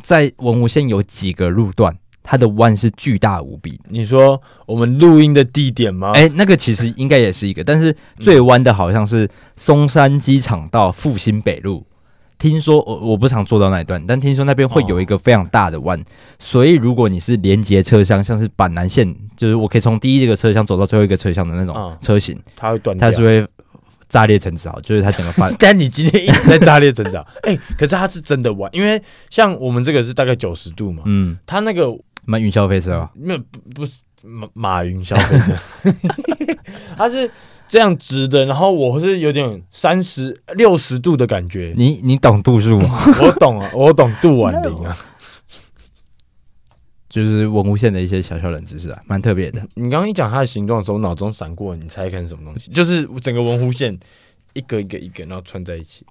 [SPEAKER 1] 在文湖线有几个路段，它的弯是巨大无比的。
[SPEAKER 2] 你说我们录音的地点吗？
[SPEAKER 1] 哎、那个其实应该也是一 个，但是最弯的好像是松山机场到复兴北路。听说我我不常坐到那一段，但听说那边会有一个非常大的弯，所以如果你是连接车厢，像是板南线，就是我可以从第一个车厢走到最后一个车厢的那种
[SPEAKER 2] 嗯
[SPEAKER 1] 车型，
[SPEAKER 2] 它会断掉
[SPEAKER 1] 它。是会炸裂成沼，就是它整个翻
[SPEAKER 2] 但你今天一直在炸裂成长， 哎、可是它是真的弯，因为像我们这个是大概九十度嘛，
[SPEAKER 1] 嗯，
[SPEAKER 2] 它那个
[SPEAKER 1] 蛮云霄飞车哦，
[SPEAKER 2] 没有不不是马马云消费者， 它是这样直的，然后我是有点三十六十度的感觉，
[SPEAKER 1] 你你懂度数哦吗？
[SPEAKER 2] 我懂啊，我懂杜婉玲啊。
[SPEAKER 1] 就是文物线的一些小小冷知识啊，蛮特别的。
[SPEAKER 2] 你刚刚一讲它的形状的时候，我脑中闪过，你猜看是什么东西？就是整个文湖线一个一个一个，然后串在一起。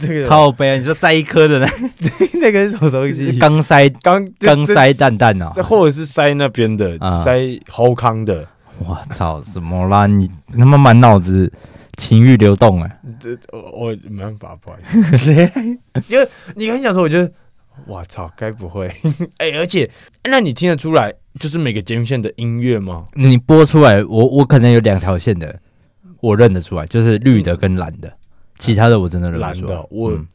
[SPEAKER 2] 那个
[SPEAKER 1] 靠背，啊你说在一颗的 那
[SPEAKER 2] 那个是什么东西？
[SPEAKER 1] 钢 塞
[SPEAKER 2] 刚
[SPEAKER 1] 钢塞，蛋蛋哦，
[SPEAKER 2] 或者是塞那边的
[SPEAKER 1] 啊，
[SPEAKER 2] 塞喉康的。
[SPEAKER 1] 我操，什么啦？你你他妈满脑子情欲流动哎、
[SPEAKER 2] 这我我没办法，不好 意思。就是你很想说，我觉得，我操，该不会？ 哎、而且，那你听得出来，就是每个节目线的音乐吗？
[SPEAKER 1] 你播出来，我我可能有两条线的，我认得出来，就是绿的跟蓝的，其他的我真的认不
[SPEAKER 2] 蓝
[SPEAKER 1] 出来。
[SPEAKER 2] 的，我、
[SPEAKER 1] 嗯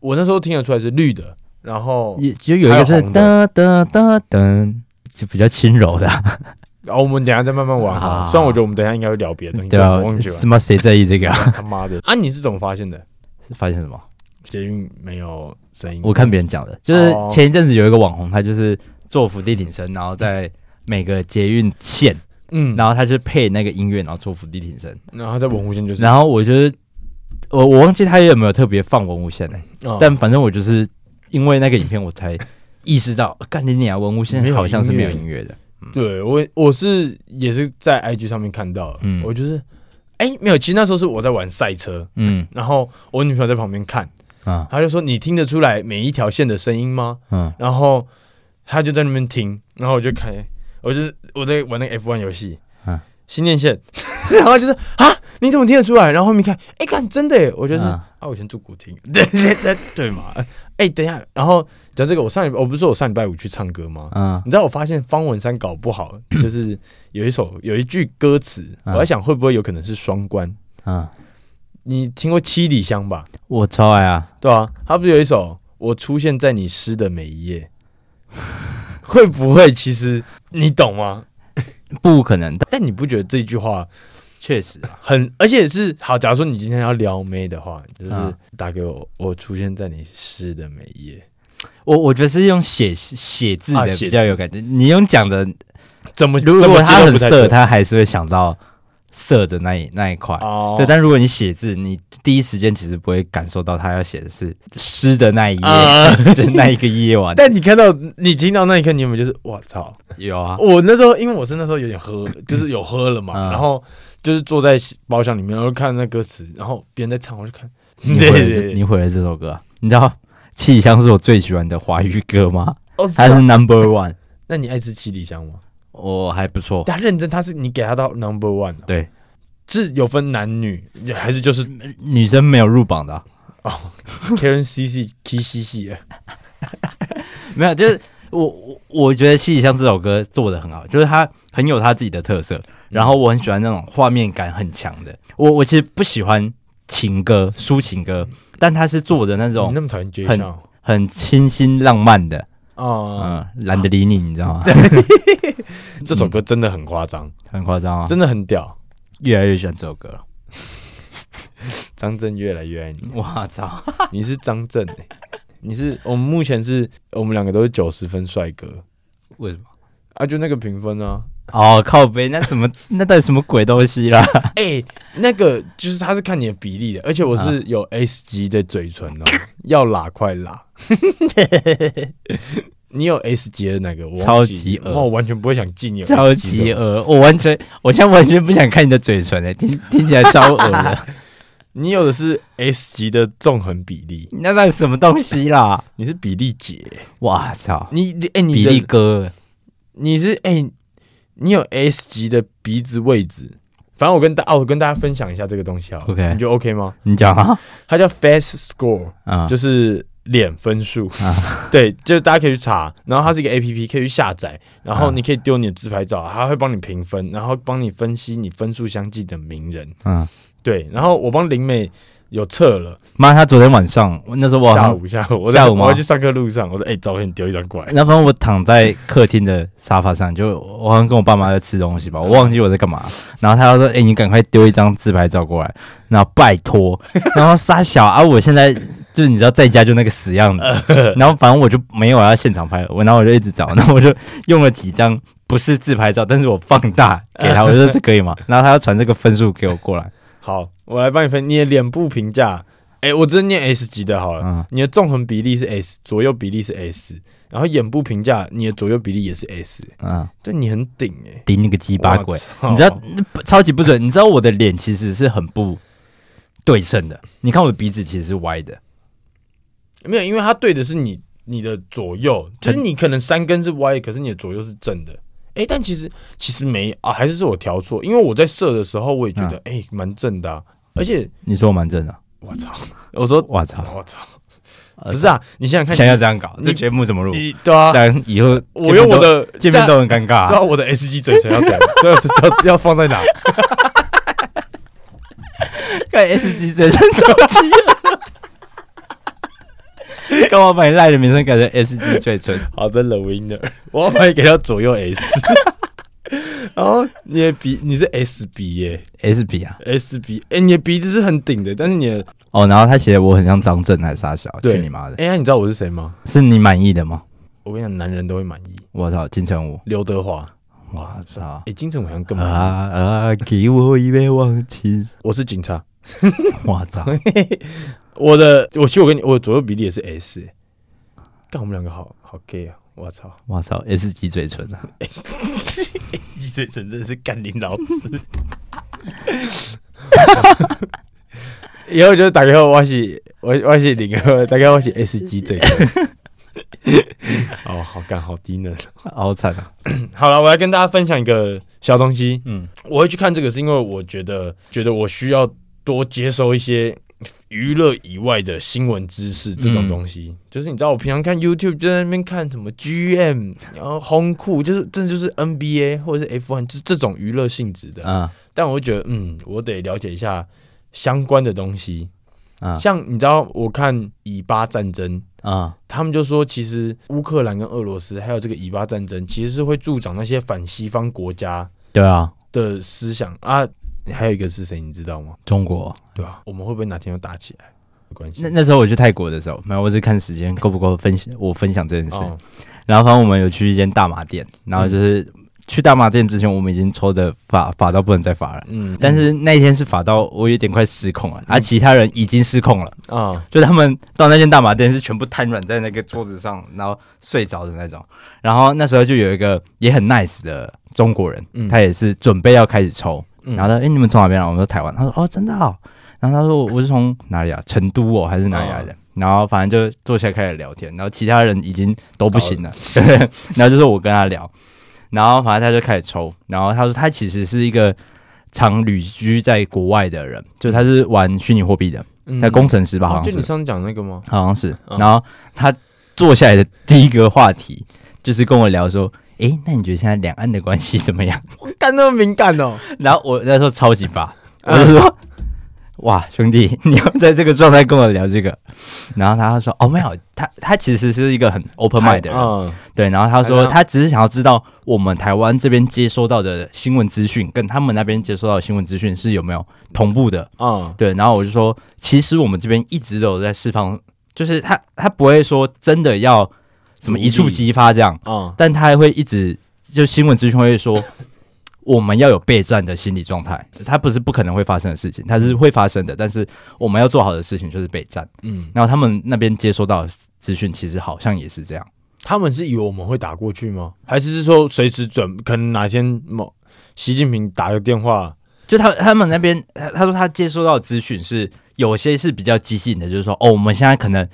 [SPEAKER 2] 我那时候听得出来是绿的，然后
[SPEAKER 1] 也就有一个
[SPEAKER 2] 还
[SPEAKER 1] 是
[SPEAKER 2] 有红
[SPEAKER 1] 哒哒哒噔，就比较轻柔的啊、
[SPEAKER 2] 然后我们等一下再慢慢玩
[SPEAKER 1] 好好
[SPEAKER 2] 哈。
[SPEAKER 1] 好
[SPEAKER 2] 虽然我觉得我们等一下应该会聊别的东西，
[SPEAKER 1] 啊对啊
[SPEAKER 2] 但
[SPEAKER 1] 吧
[SPEAKER 2] 我忘？记了。
[SPEAKER 1] 什么谁在意这个、啊？
[SPEAKER 2] 他妈的！啊，你是怎么 发现的？
[SPEAKER 1] 发现什么？
[SPEAKER 2] 捷运没有声音，
[SPEAKER 1] 我看别人讲的，就是
[SPEAKER 2] 哦
[SPEAKER 1] 前一阵子有一个网红，他就是做伏地挺身，然后在每个捷运线，
[SPEAKER 2] 嗯，然
[SPEAKER 1] 然后他就配那个音乐，然后做伏地挺身。
[SPEAKER 2] 后然后在文湖线就是，
[SPEAKER 1] 然后我就是我我忘记他有没有特别放文物线嘞、
[SPEAKER 2] 嗯
[SPEAKER 1] 但反正我就是因为那个影片，我才意识到，干你娘，文物线好像是没有音乐的。
[SPEAKER 2] 对我我是也是在 IG 上面看到的，
[SPEAKER 1] 嗯
[SPEAKER 2] 我就是，哎、没有，其实那时候是我在玩赛车，
[SPEAKER 1] 嗯
[SPEAKER 2] 然后我女朋友在旁边看，
[SPEAKER 1] 啊
[SPEAKER 2] 她就说你听得出来每一条线的声音吗？
[SPEAKER 1] 嗯
[SPEAKER 2] 然后她就在那边听，然后我就看，我就是我在玩那个 F1 游戏，
[SPEAKER 1] 嗯
[SPEAKER 2] 新电线， 然后就是啊，你怎么听得出来？然后后面看，哎、看真的耶，我就是、
[SPEAKER 1] 嗯
[SPEAKER 2] 啊，我以前住古亭， 对对对对嘛，哎、等一下，然后讲这个，我上礼拜我哦不是说我上礼拜五去唱歌吗？
[SPEAKER 1] 嗯
[SPEAKER 2] 你知道我发现方文山搞 不好，就是有一首有一句歌词，
[SPEAKER 1] 嗯
[SPEAKER 2] 我在想会不会有可能是双关？
[SPEAKER 1] 嗯，
[SPEAKER 2] 你听过七里香吧？
[SPEAKER 1] 我超爱啊！
[SPEAKER 2] 对啊，他不是有一首《我出现在你诗的每一页》， 会不会其实你懂吗？
[SPEAKER 1] 不可能，但
[SPEAKER 2] 但你不觉得这句话
[SPEAKER 1] 确实啊
[SPEAKER 2] 很，而且是好？假如说你今天要撩妹的话，就是
[SPEAKER 1] 嗯
[SPEAKER 2] 打给我，我出现在你诗的每一页，
[SPEAKER 1] 我我觉得是用写写字
[SPEAKER 2] 啊
[SPEAKER 1] 的
[SPEAKER 2] 写
[SPEAKER 1] 比较有感觉，你用讲的
[SPEAKER 2] 怎么？
[SPEAKER 1] 如
[SPEAKER 2] 怎
[SPEAKER 1] 果
[SPEAKER 2] 么接
[SPEAKER 1] 他
[SPEAKER 2] 都
[SPEAKER 1] 很
[SPEAKER 2] 不太
[SPEAKER 1] 色，
[SPEAKER 2] 对
[SPEAKER 1] 他还是会想到色的那一那一块。
[SPEAKER 2] 哦，
[SPEAKER 1] 对，但如果你写字，你第一时间其实不会感受到他要写的是诗的那一页，
[SPEAKER 2] 啊
[SPEAKER 1] 就是那一个夜晚。
[SPEAKER 2] 但你看到你听到那一刻，你有没有就是我操？
[SPEAKER 1] 有啊，
[SPEAKER 2] 我那时候因为我是那时候有点喝，就是有喝了嘛，
[SPEAKER 1] 嗯
[SPEAKER 2] 然后就是坐在包厢里面，然后看那歌词，然后别人在唱，我就看，
[SPEAKER 1] 你
[SPEAKER 2] 对
[SPEAKER 1] 毁了
[SPEAKER 2] 对
[SPEAKER 1] 这
[SPEAKER 2] 对，
[SPEAKER 1] 你毁了这首歌啊。你知道《七里香》是我最喜欢的华语歌吗？
[SPEAKER 2] 哦，
[SPEAKER 1] 它是 Number One，
[SPEAKER 2] 那你爱吃七里香吗？
[SPEAKER 1] 我还不错。
[SPEAKER 2] 他认真，他是你给他到 number one，啊
[SPEAKER 1] 对，嗯
[SPEAKER 2] 是有分男女，还是就是
[SPEAKER 1] 女生没有入榜的啊、
[SPEAKER 2] Karen C C K C C？哎
[SPEAKER 1] 没有，就是我我我觉得《七里香》这首歌做的很好，就是它很有它自己的特色，然后我很喜欢那种画面感很强的。我我其实不喜欢情歌、抒情歌，但它是做的那
[SPEAKER 2] 你
[SPEAKER 1] 种
[SPEAKER 2] 那么讨厌 J
[SPEAKER 1] 很
[SPEAKER 2] 上
[SPEAKER 1] 很清新浪漫的，
[SPEAKER 2] 啊？
[SPEAKER 1] 嗯，懒得理你，你知道吗？
[SPEAKER 2] 这首歌真的很夸张，
[SPEAKER 1] 很夸张啊！
[SPEAKER 2] 真的很屌。
[SPEAKER 1] 越来越喜欢这首歌了，
[SPEAKER 2] 张震越来越爱你，
[SPEAKER 1] 我操！
[SPEAKER 2] 你是张震欸，你是我们目前是我们两个都是九十分帅哥，
[SPEAKER 1] 为什么？
[SPEAKER 2] 啊，就那个评分啊，
[SPEAKER 1] 哦，靠背，那 什么，那到底什么鬼东西啦？
[SPEAKER 2] 哎、那个就是他是看你的比例的，而且我
[SPEAKER 1] 啊
[SPEAKER 2] 是有 S 级的嘴唇哦， 要拉快拉。 你有 S 级的那个，我忘记
[SPEAKER 1] 超级恶
[SPEAKER 2] 哇我完全不会想进你有 S
[SPEAKER 1] 超
[SPEAKER 2] 级什
[SPEAKER 1] 级
[SPEAKER 2] 么。
[SPEAKER 1] 恶，我完全，我现在完全不想看你的嘴唇诶、欸听听起来超恶的，
[SPEAKER 2] 你有的是 S 级的纵横比例，
[SPEAKER 1] 那到底什么东西啦？
[SPEAKER 2] 你是比例姐，
[SPEAKER 1] 哇操，
[SPEAKER 2] 你你哎、你
[SPEAKER 1] 比利
[SPEAKER 2] 的
[SPEAKER 1] 哥，
[SPEAKER 2] 你是哎、你有 S 级的鼻子位置。反正我跟大哦，我跟大家分享一下这个东西好了
[SPEAKER 1] OK
[SPEAKER 2] 你觉得 OK 吗？
[SPEAKER 1] 你讲啊，
[SPEAKER 2] 它叫 Face Score，
[SPEAKER 1] 啊、
[SPEAKER 2] 就是脸分数
[SPEAKER 1] 啊，
[SPEAKER 2] 对，就是大家可以去查，然后它是一个 A P P，可以去下载，然后
[SPEAKER 1] 啊
[SPEAKER 2] 你可以丢你的自拍照，它会帮你评分，然后帮你分析你分数相近的名人，
[SPEAKER 1] 嗯，
[SPEAKER 2] 对，然后我帮林美有测了，
[SPEAKER 1] 妈，他昨天晚上，我那时候我好
[SPEAKER 2] 下
[SPEAKER 1] 像，
[SPEAKER 2] 午下午我在
[SPEAKER 1] 下午吗
[SPEAKER 2] 我要去上课路上，我说哎、照片丢一张过 来，
[SPEAKER 1] 那反正我躺在客厅的沙发上，就我好像跟我爸妈在吃东西
[SPEAKER 2] 嗯
[SPEAKER 1] 吧，我忘记我在干嘛。然后他就说：“哎、你赶快丢一张自拍照过来。”然后拜 托，然后傻小啊，我现在就是你知道在家就那个死样子。
[SPEAKER 2] 嗯
[SPEAKER 1] 然后反正我就没有要现场拍，我然后我就一直找， 然后我就用了几张不是自拍照，但是我放大给他，我就说这可以吗？然后他要传这个分数给我过来，
[SPEAKER 2] 好，我来帮你分你的脸部评价，哎、我真
[SPEAKER 1] 啊
[SPEAKER 2] 念 S 级的好了，
[SPEAKER 1] 嗯
[SPEAKER 2] 你的纵横比例是 S，左右比例是 S，然后眼部评价你的左右比例也是 S，
[SPEAKER 1] 嗯，
[SPEAKER 2] 对你很顶哎、
[SPEAKER 1] 顶你个鸡巴鬼！
[SPEAKER 2] 哇
[SPEAKER 1] 你知道
[SPEAKER 2] 操
[SPEAKER 1] 那不超级不准，你知道我的脸其实是很不对称的。你看我的鼻子其实是歪的，
[SPEAKER 2] 没有，因为它对的是你你的左右，就是你可能三根是歪，可是你的左右是正的。哎、但其实其实没啊，还是是我调错，因为我在射的时候我也觉得哎蛮、正的、啊，而且
[SPEAKER 1] 你说我蛮正的，啊
[SPEAKER 2] 我操，我说
[SPEAKER 1] 我操！
[SPEAKER 2] 我操，不是啊，你想想
[SPEAKER 1] 想要
[SPEAKER 2] 看
[SPEAKER 1] 这样搞，
[SPEAKER 2] 你
[SPEAKER 1] 这节目怎么录？
[SPEAKER 2] 你，你对啊
[SPEAKER 1] 这，样以后
[SPEAKER 2] 我用我的
[SPEAKER 1] 见面都很尴尬
[SPEAKER 2] 对啊，我的 S G 嘴唇要怎 样，这要要要放在哪？
[SPEAKER 1] 看 S G 嘴真超级恶。 干嘛把你赖的名声改成 S G 嘴唇？
[SPEAKER 2] 好的，The Winner，我要 把你给到左右 S，然后哦你的鼻你是 S 鼻耶、
[SPEAKER 1] S B 啊？
[SPEAKER 2] S 鼻，哎、你的鼻子是很顶的，但是你的
[SPEAKER 1] 哦，然后他写我很像张震还是傻小，
[SPEAKER 2] 对
[SPEAKER 1] 去你妈的！
[SPEAKER 2] 哎、那你知道我是谁吗？
[SPEAKER 1] 是你满意的吗？
[SPEAKER 2] 我跟你讲，男人都会满意。
[SPEAKER 1] 我操，金城武！
[SPEAKER 2] 刘德华，
[SPEAKER 1] 我操
[SPEAKER 2] 哎、！金城武好像更
[SPEAKER 1] 啊
[SPEAKER 2] 满意。
[SPEAKER 1] 啊！给我一杯忘情水！
[SPEAKER 2] 我是警察，
[SPEAKER 1] 我操！
[SPEAKER 2] 我的，我其实我跟你，我左右比例也是 S、欸。干，我们两个好好 gay 啊！我 操
[SPEAKER 1] 我操，S 级嘴唇啊！
[SPEAKER 2] ，S 级嘴唇真的是干林老师。 以后就打开我是我我是零个，大概我是 S 级嘴 唇。哦，好干，好低能。
[SPEAKER 1] 好惨啊！
[SPEAKER 2] 好了，我来跟大家分享一个小东西。
[SPEAKER 1] 嗯，
[SPEAKER 2] 我会去看这个，是因为我觉得觉得我需要多接收一些娱乐以外的新闻知识这种东
[SPEAKER 1] 嗯
[SPEAKER 2] 西。就是你知道，我平常看 YouTube 就在那边看什么 GM，然后红库，就是这就是 NBA 或者是 F1，就是这种娱乐性质的。
[SPEAKER 1] 啊
[SPEAKER 2] 但我会觉得，嗯，我得了解一下相关的东西。
[SPEAKER 1] 啊
[SPEAKER 2] 像你知道，我看以巴战争，
[SPEAKER 1] 啊！
[SPEAKER 2] 他们就说，其实乌克兰跟俄罗斯还有这个以巴战争，其实是会助长那些反西方国家
[SPEAKER 1] 对啊，
[SPEAKER 2] 的思想啊。还有一个是谁，你知道吗？
[SPEAKER 1] 中国
[SPEAKER 2] 对啊，我们会不会哪天又打起来？哦没关系
[SPEAKER 1] 那。那时候我去泰国的时候，没有，我只是看时间够不够分享我分享这件事。
[SPEAKER 2] 哦，
[SPEAKER 1] 然后反正我们有去一间大麻店，然后就是
[SPEAKER 2] 嗯
[SPEAKER 1] 去大麻店之前，我们已经抽的法法到不能再法了。
[SPEAKER 2] 嗯
[SPEAKER 1] 但是那一天是法到我有点快失控了，而、啊、其他人已经失控了，
[SPEAKER 2] 啊，
[SPEAKER 1] 就他们到那间大麻店是全部瘫软在那个桌子上，然后睡着的那种。然后那时候就有一个也很 nice 的中国人，
[SPEAKER 2] 嗯
[SPEAKER 1] 他也是准备要开始抽，
[SPEAKER 2] 嗯
[SPEAKER 1] 然后他哎、诶你们从哪边来？我们说台湾。他说哦真的哦。然后他说我我是从哪里啊？成都哦还是哪里来
[SPEAKER 2] 啊
[SPEAKER 1] 的？然后反正就坐下开始聊天，然后其他人已经都不行了，对。然后就是我跟他聊，然后反正他就开始抽，然后他说他其实是一个常旅居在国外的人，就他是玩虚拟货币的，
[SPEAKER 2] 嗯
[SPEAKER 1] 那工程师吧，好
[SPEAKER 2] 哦
[SPEAKER 1] 像
[SPEAKER 2] 就是你上次讲那个吗？
[SPEAKER 1] 好像是。
[SPEAKER 2] 嗯
[SPEAKER 1] 然后他坐下来的第一个话题就是跟我聊说：“诶，那你觉得现在两岸的关系怎么样
[SPEAKER 2] 我干那么敏感哦，？”
[SPEAKER 1] 然后我那时候超级发，我
[SPEAKER 2] 嗯
[SPEAKER 1] 就说：“哇，兄弟，你要在这个状态跟我聊这个？”然后他就说：“哦，没有，他他其实是一个很 open mind 的人，
[SPEAKER 2] 啊，
[SPEAKER 1] 对。然后他
[SPEAKER 2] 台
[SPEAKER 1] 说
[SPEAKER 2] 湾
[SPEAKER 1] 他只是想要知道我们台湾这边接收到的新闻资讯跟他们那边接收到的新闻资讯是有没有同步的。”
[SPEAKER 2] 啊，
[SPEAKER 1] 对，然后我就说，其实我们这边一直都有在释放，就是他他不会说真的要什么一触即发这样，
[SPEAKER 2] 啊，
[SPEAKER 1] 但他会一直就新闻资讯会说，我们要有备战的心理状态，它不是不可能会发生的事情，它是会发生的，但是我们要做好的事情就是备战。
[SPEAKER 2] 嗯，
[SPEAKER 1] 然后他们那边接收到的资讯，其实好像也是这样。
[SPEAKER 2] 他们是以为我们会打过去吗？还是是说随时准？可能哪天某习近平打个电话，
[SPEAKER 1] 就他他们那边，他他说他接收到的资讯是有些是比较激进的，就是说哦，我们现在可能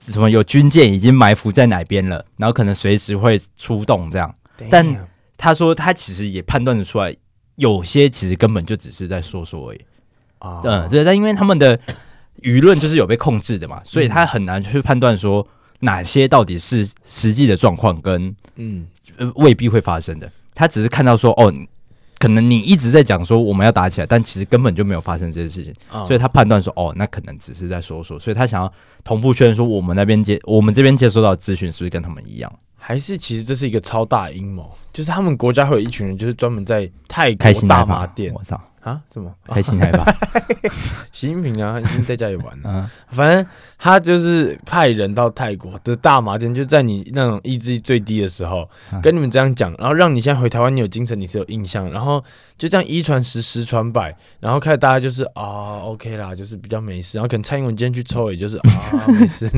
[SPEAKER 1] 什么有军舰已经埋伏在哪边了，然后可能随时会出动这样。但
[SPEAKER 2] Damn
[SPEAKER 1] 他说他其实也判断得出来，有些其实根本就只是在说说而已。
[SPEAKER 2] 啊，
[SPEAKER 1] 嗯，对，但因为他们的舆论就是有被控制的嘛，所以他很难去判断说哪些到底是实际的状况跟
[SPEAKER 2] 嗯，
[SPEAKER 1] 呃未必会发生的。他只是看到说哦，可能你一直在讲说我们要打起来，但其实根本就没有发生这件事情，
[SPEAKER 2] 啊
[SPEAKER 1] 所以他判断说哦，那可能只是在说说，所以他想要同步确认说我们那边接我们这边接收到的资讯是不是跟他们一样。
[SPEAKER 2] 还是其实这是一个超大阴谋，就是他们国家会有一群人，就是专门在泰
[SPEAKER 1] 开
[SPEAKER 2] 国
[SPEAKER 1] 心
[SPEAKER 2] 大
[SPEAKER 1] 奶爸
[SPEAKER 2] 麻店
[SPEAKER 1] 我操，
[SPEAKER 2] 啊，怎么？
[SPEAKER 1] 开心害怕，
[SPEAKER 2] 习近平啊，已经在家里玩了。
[SPEAKER 1] 嗯，
[SPEAKER 2] 反正他就是派人到泰国的大麻店，就在你那种意志力最低的时候
[SPEAKER 1] 嗯，
[SPEAKER 2] 跟你们这样讲，然后让你现在回台湾，你有精神，你是有印象，然后就这样一传十，十传百，然后开始大家就是啊，OK 啦，就是比较没事，然后可能蔡英文今天去抽，也就是啊没事，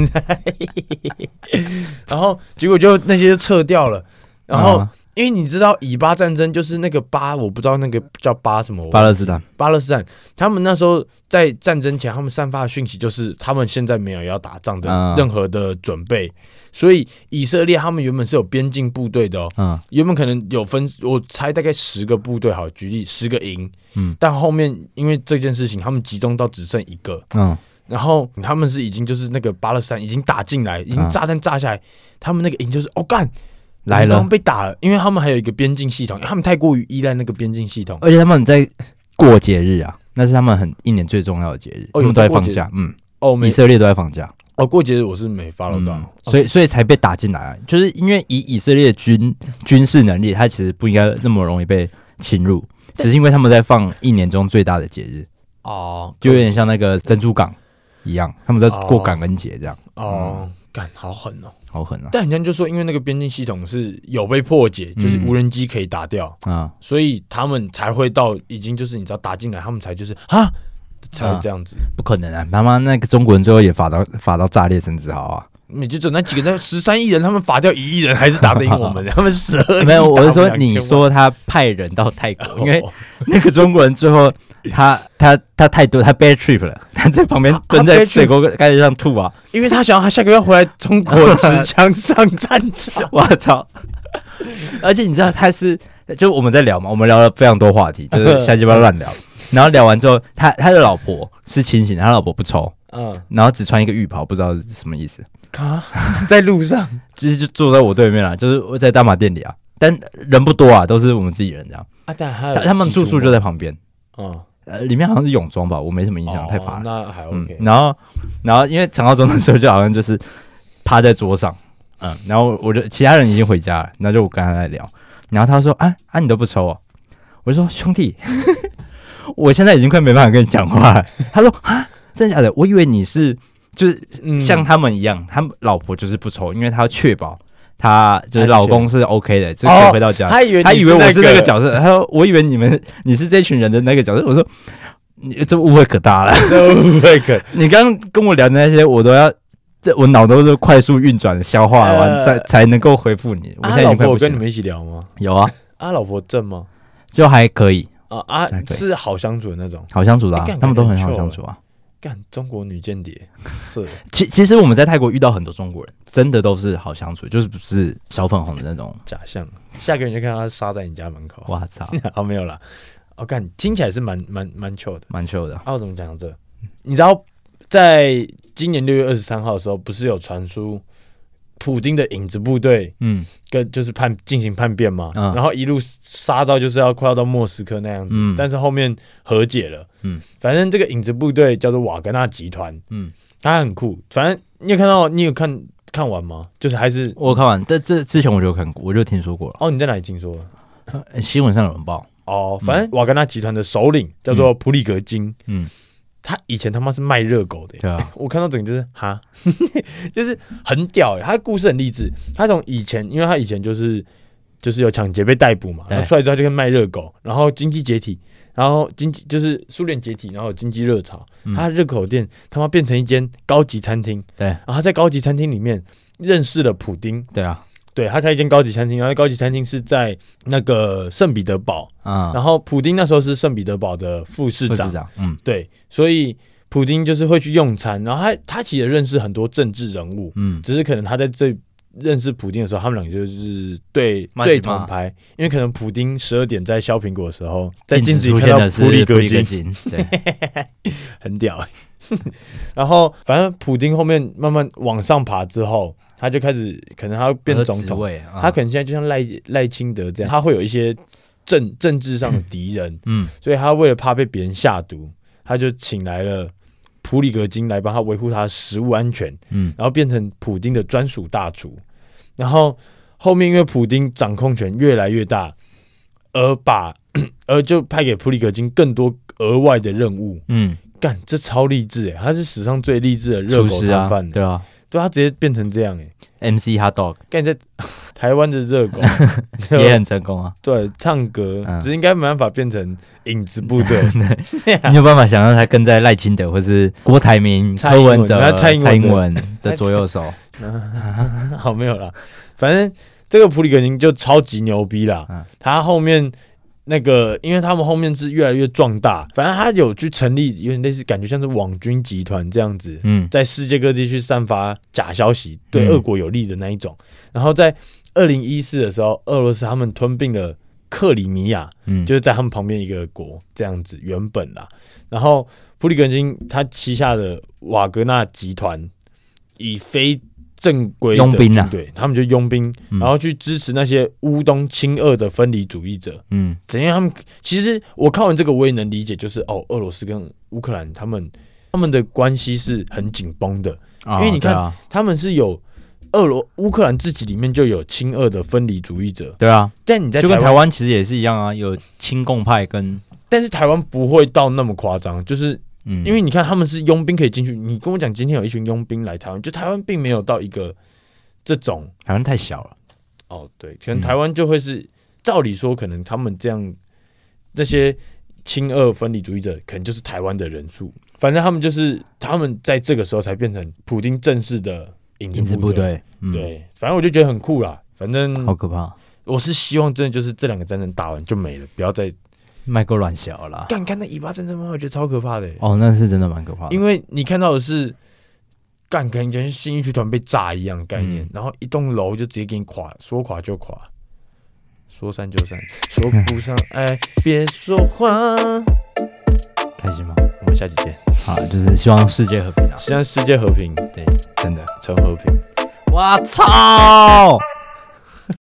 [SPEAKER 2] 然后结果就那些就撤掉了，然后。
[SPEAKER 1] 啊
[SPEAKER 2] 因为你知道以巴战争就是那个巴，我不知道那个叫巴什么，我
[SPEAKER 1] 巴勒斯坦，
[SPEAKER 2] 巴勒斯坦，他们那时候在战争前，他们散发的讯息就是他们现在没有要打仗的
[SPEAKER 1] 嗯
[SPEAKER 2] 任何的准备，所以以色列他们原本是有边境部队的哦，
[SPEAKER 1] 嗯
[SPEAKER 2] 原本可能有分，我猜大概十个部队，好举例十个营，
[SPEAKER 1] 嗯
[SPEAKER 2] 但后面因为这件事情，他们集中到只剩一个，
[SPEAKER 1] 嗯，
[SPEAKER 2] 然后他们是已经就是那个巴勒斯坦已经打进来，已经
[SPEAKER 1] 嗯
[SPEAKER 2] 炸弹炸下来，他们那个营就是哦干
[SPEAKER 1] 来
[SPEAKER 2] 我们刚
[SPEAKER 1] 了
[SPEAKER 2] 刚，被打了，因为他们还有一个边境系统，因为他们太过于依赖那个边境系统。
[SPEAKER 1] 而且他们在过节日啊，那是他们很一年最重要的节日，他
[SPEAKER 2] 哦有
[SPEAKER 1] 们都在
[SPEAKER 2] 在过
[SPEAKER 1] 放
[SPEAKER 2] 节
[SPEAKER 1] 假，嗯，
[SPEAKER 2] 哦，没
[SPEAKER 1] 以色列都在放假，
[SPEAKER 2] 哦，过节我是没 follow 到，
[SPEAKER 1] 嗯，所以所以才被打进来啊，就是因为以以色列军军事能力，它其实不应该那么容易被侵入，只是因为他们在放一年中最大的节日，
[SPEAKER 2] 哦，
[SPEAKER 1] 就有点像那个珍珠港一样，他们在过感恩节这样，嗯
[SPEAKER 2] 哦，干好狠哦！
[SPEAKER 1] 好狠啊！
[SPEAKER 2] 但人家就说，因为那个边境系统是有被破解，就是
[SPEAKER 1] 嗯
[SPEAKER 2] 无人机可以打掉，
[SPEAKER 1] 啊、
[SPEAKER 2] 所以他们才会到已经就是你知道打进来，他们才就是啊，才会这样子。
[SPEAKER 1] 不可能啊！他妈那个中国人最后也法到法到炸裂陈子豪 啊！
[SPEAKER 2] 你就整那几个那十三亿人，他们罚掉一亿人，还是打得赢我们？ 他们十二亿
[SPEAKER 1] 没有，我是
[SPEAKER 2] 打
[SPEAKER 1] 说
[SPEAKER 2] 不了
[SPEAKER 1] 你
[SPEAKER 2] 千万
[SPEAKER 1] 说他派人到泰 国，因为
[SPEAKER 2] 哦
[SPEAKER 1] 那个中国人最后他他他太多，他 bad trip 了，他在旁边蹲
[SPEAKER 2] 他
[SPEAKER 1] 在
[SPEAKER 2] bad trip
[SPEAKER 1] 水沟盖子上吐啊！。
[SPEAKER 2] 因为他想要他下个月回来中国持枪上战场
[SPEAKER 1] 我操！而且你知道他是，就我们在聊嘛，我们聊了非常多话题， 就是瞎鸡巴乱聊。然后聊完之后，他他的老婆是清醒的，他老婆不抽，
[SPEAKER 2] 嗯，
[SPEAKER 1] 然后只穿一个浴袍，不知道是什么意思，
[SPEAKER 2] 啊，在路 上
[SPEAKER 1] 就是就坐在我对面啦，就是我在大马店里啊，但人不多啊，都是我们自己人这样。
[SPEAKER 2] 啊，但还
[SPEAKER 1] 他
[SPEAKER 2] 有
[SPEAKER 1] 他们住宿就在旁边，
[SPEAKER 2] 嗯，哦
[SPEAKER 1] 呃，里面好像是泳装吧，我没什么印象，太乏了。
[SPEAKER 2] 那还
[SPEAKER 1] 嗯
[SPEAKER 2] OK，。
[SPEAKER 1] 然后然后因为陈浩中的时候就好像就是趴在桌上，嗯，然后我就其他人已经回家了，然后就我跟他在聊，然后他说啊啊你都不抽哦，我就说兄弟， 我现在已经快没办法跟你讲话了。他说啊真的假的？我以为你是就是
[SPEAKER 2] 嗯
[SPEAKER 1] 像他们一样，他们老婆就是不抽，因为他要确保。他就是
[SPEAKER 2] 安全
[SPEAKER 1] 老公是 OK 的，就是
[SPEAKER 2] 哦
[SPEAKER 1] 可以回到家。
[SPEAKER 2] 他以为
[SPEAKER 1] 啊他
[SPEAKER 2] 你
[SPEAKER 1] 以为我是那个角
[SPEAKER 2] 角，
[SPEAKER 1] 色，他说我以为你们你是这群人的那个角色。我说你这误会可大了。
[SPEAKER 2] 色，会可
[SPEAKER 1] 你刚刚跟我聊的那些，我都要，这我脑都是快速运转消化完，
[SPEAKER 2] 呃
[SPEAKER 1] 再才能够回复你。我现
[SPEAKER 2] 啊，
[SPEAKER 1] 在已
[SPEAKER 2] 老
[SPEAKER 1] 经快
[SPEAKER 2] 婆
[SPEAKER 1] 不
[SPEAKER 2] 有
[SPEAKER 1] 行
[SPEAKER 2] 跟你
[SPEAKER 1] 了。
[SPEAKER 2] 们一起聊吗？
[SPEAKER 1] 有啊，
[SPEAKER 2] 啊，老婆正吗？
[SPEAKER 1] 就还可以，
[SPEAKER 2] 啊啊
[SPEAKER 1] 还，可以
[SPEAKER 2] 是好相处的那种。
[SPEAKER 1] 好相处的、啊
[SPEAKER 2] 哎干
[SPEAKER 1] 他们都很
[SPEAKER 2] 感觉
[SPEAKER 1] 好
[SPEAKER 2] 很 chill
[SPEAKER 1] 相处啊。
[SPEAKER 2] 干，中国女间谍，色
[SPEAKER 1] 其其实我们在泰国遇到很多中国人，真的都是好相处，就是不是小粉红的那种。
[SPEAKER 2] 假象。下个月你就看她杀在你家门口。
[SPEAKER 1] 哇操，
[SPEAKER 2] 好，没有啦。哦，干，听起来是蛮蛮蛮糗的。
[SPEAKER 1] 蛮 chill 的。
[SPEAKER 2] 啊，我怎么讲到这？你知道，在今年六月二十三号的时候，不是有传出普丁的影子部队
[SPEAKER 1] 嗯
[SPEAKER 2] 跟就是叛进行叛变嘛，
[SPEAKER 1] 嗯
[SPEAKER 2] 然后一路杀到就是要快要到莫斯科那样子，
[SPEAKER 1] 嗯
[SPEAKER 2] 但是后面和解了。
[SPEAKER 1] 嗯，
[SPEAKER 2] 反正这个影子部队叫做瓦格纳集团，
[SPEAKER 1] 嗯，
[SPEAKER 2] 它很酷。反正你有看到，你有看看完吗？就是还是
[SPEAKER 1] 我看完这这之前我就有看过，我就听说过了，
[SPEAKER 2] 哦，你在哪里听说的？
[SPEAKER 1] 呃新闻上有人报。
[SPEAKER 2] 哦，反正瓦格纳集团的首领叫做普里格金，
[SPEAKER 1] 嗯，
[SPEAKER 2] 他以前他妈是卖热狗的耶，欸
[SPEAKER 1] 对啊，
[SPEAKER 2] 我看到整个就是 哈，欸就是很屌哎、他的故事很励志。他从以前，因为他以前就是就是有抢劫被逮捕嘛，
[SPEAKER 1] 对
[SPEAKER 2] 然后出来之后就跟卖热狗，然后经济解体，然后经济就是苏联解体，然后有经济热潮，
[SPEAKER 1] 嗯
[SPEAKER 2] 他的热狗店他妈变成一间高级餐厅，
[SPEAKER 1] 对
[SPEAKER 2] 然后他在高级餐厅里面认识了普丁，
[SPEAKER 1] 对啊，
[SPEAKER 2] 对他开一间高级餐厅，然后高级餐厅是在那个圣彼得堡，
[SPEAKER 1] 啊、
[SPEAKER 2] 然后普丁那时候是圣彼得堡的副市
[SPEAKER 1] 副
[SPEAKER 2] 长
[SPEAKER 1] 市，长，嗯
[SPEAKER 2] 对，所以普丁就是会去用餐，然后他他其实认识很多政治人物，
[SPEAKER 1] 嗯，
[SPEAKER 2] 只是可能他在这认识普丁的时候，他们两个就是对
[SPEAKER 1] 骂
[SPEAKER 2] 最
[SPEAKER 1] 起骂
[SPEAKER 2] 同牌，因为可能普丁十二点在削苹果的时候，在
[SPEAKER 1] 禁
[SPEAKER 2] 镜
[SPEAKER 1] 止
[SPEAKER 2] 子里
[SPEAKER 1] 出
[SPEAKER 2] 看
[SPEAKER 1] 现
[SPEAKER 2] 到
[SPEAKER 1] 的是
[SPEAKER 2] 普里
[SPEAKER 1] 普
[SPEAKER 2] 戈
[SPEAKER 1] 里
[SPEAKER 2] 金，
[SPEAKER 1] 金，对，
[SPEAKER 2] 很屌、 欸。然后反正普丁后面慢慢往上爬之后，他就开始可能他要 变总
[SPEAKER 1] 职
[SPEAKER 2] 统，
[SPEAKER 1] 位，啊
[SPEAKER 2] 他可能现在就像赖赖清德这样，他会有一些政政治上的敌人，
[SPEAKER 1] 嗯
[SPEAKER 2] 所以他为了怕被别人下毒，他就请来了普里格金来帮他维护他的食物安全，
[SPEAKER 1] 嗯
[SPEAKER 2] 然后变成普丁的专属大厨。然后后面因为普丁掌控权越来越大，而把 而就派给普里格金更多额外的任务。
[SPEAKER 1] 嗯，
[SPEAKER 2] 干，这超励志欸诶，他是史上最励志的热
[SPEAKER 1] 厨
[SPEAKER 2] 狗
[SPEAKER 1] 师
[SPEAKER 2] 摊
[SPEAKER 1] 啊
[SPEAKER 2] 贩，，
[SPEAKER 1] 对啊
[SPEAKER 2] 对他直接变成这样诶。
[SPEAKER 1] ，MC Hot Dog
[SPEAKER 2] 干你在 台湾的热狗
[SPEAKER 1] 也很成功啊，
[SPEAKER 2] 对唱歌，
[SPEAKER 1] 嗯
[SPEAKER 2] 只是应该没办法变成影子部队。
[SPEAKER 1] 你有办法想象他跟在赖清德或是郭台铭、
[SPEAKER 2] 蔡英
[SPEAKER 1] 柯
[SPEAKER 2] 文
[SPEAKER 1] 文哲、
[SPEAKER 2] 那
[SPEAKER 1] 蔡
[SPEAKER 2] 蔡英文的
[SPEAKER 1] 英文的左 右手，
[SPEAKER 2] 好，没有啦，反正这个普里格林就超级牛逼啦。
[SPEAKER 1] 嗯
[SPEAKER 2] 他后面那个，因为他们后面是越来越壮大，反正他有去成立，有点类似感觉像是网军集团这样子，
[SPEAKER 1] 嗯
[SPEAKER 2] 在世界各地去散发假消息，
[SPEAKER 1] 嗯
[SPEAKER 2] 对俄国有利的那一种。然后在二零一四的时候，俄罗斯他们吞并了克里米亚，
[SPEAKER 1] 嗯，
[SPEAKER 2] 就是在他们旁边一个国这样子，原本啦。然后普里格金他旗下的瓦格纳集团以非正规的
[SPEAKER 1] 佣兵啊
[SPEAKER 2] 军队，他们就佣兵，
[SPEAKER 1] 嗯
[SPEAKER 2] 然后去支持那些乌东亲俄的分离主义者。
[SPEAKER 1] 嗯
[SPEAKER 2] 怎样？他们其实我看完这个，我也能理解，就是哦，俄罗斯跟乌克兰他们他们的关系是很紧绷的，
[SPEAKER 1] 啊，
[SPEAKER 2] 因为你看
[SPEAKER 1] 对啊
[SPEAKER 2] 他们是有。俄罗乌克兰自己里面就有亲俄的分离主义者，
[SPEAKER 1] 对啊，
[SPEAKER 2] 但你在
[SPEAKER 1] 就
[SPEAKER 2] 台
[SPEAKER 1] 跟
[SPEAKER 2] 湾
[SPEAKER 1] 台湾其实也是一样啊，有亲共派跟
[SPEAKER 2] 但是台湾不会到那么夸张，就是
[SPEAKER 1] 嗯，
[SPEAKER 2] 因为你看他们是佣兵可以进去，你跟我讲今天有一群佣兵来台湾，就台湾并没有到一个这种
[SPEAKER 1] 台湾太小了，
[SPEAKER 2] 哦，对，可能台湾就会是、照理说，可能他们这样那些亲俄分离主义者，可能就是台湾的人数，反正他们就是他们在这个时候才变成普丁正式的影
[SPEAKER 1] 影
[SPEAKER 2] 子
[SPEAKER 1] 子
[SPEAKER 2] 部
[SPEAKER 1] 部
[SPEAKER 2] 队，
[SPEAKER 1] 队，嗯，
[SPEAKER 2] 对，反正我就觉得很酷啦，反
[SPEAKER 1] 好
[SPEAKER 2] 正
[SPEAKER 1] 可怕，
[SPEAKER 2] 我是希望真的就是这两个战争打完就没了，不要再
[SPEAKER 1] 麦克软小了啦，
[SPEAKER 2] 干干那以巴战争吗？我觉得超可怕的、欸。
[SPEAKER 1] 哦，那是真的蛮可怕的，
[SPEAKER 2] 因为你看到的是干，可能就像新一区团被炸一样的概念，
[SPEAKER 1] 嗯
[SPEAKER 2] 然后一栋楼就直接给你垮，说垮就垮，说散就散，说不上哎，别说话。我
[SPEAKER 1] 开心吗？
[SPEAKER 2] 们下期见，
[SPEAKER 1] 好，就是希望世界和平啊，
[SPEAKER 2] 希望世界和平，
[SPEAKER 1] 真的，
[SPEAKER 2] 成和平。
[SPEAKER 1] 我操！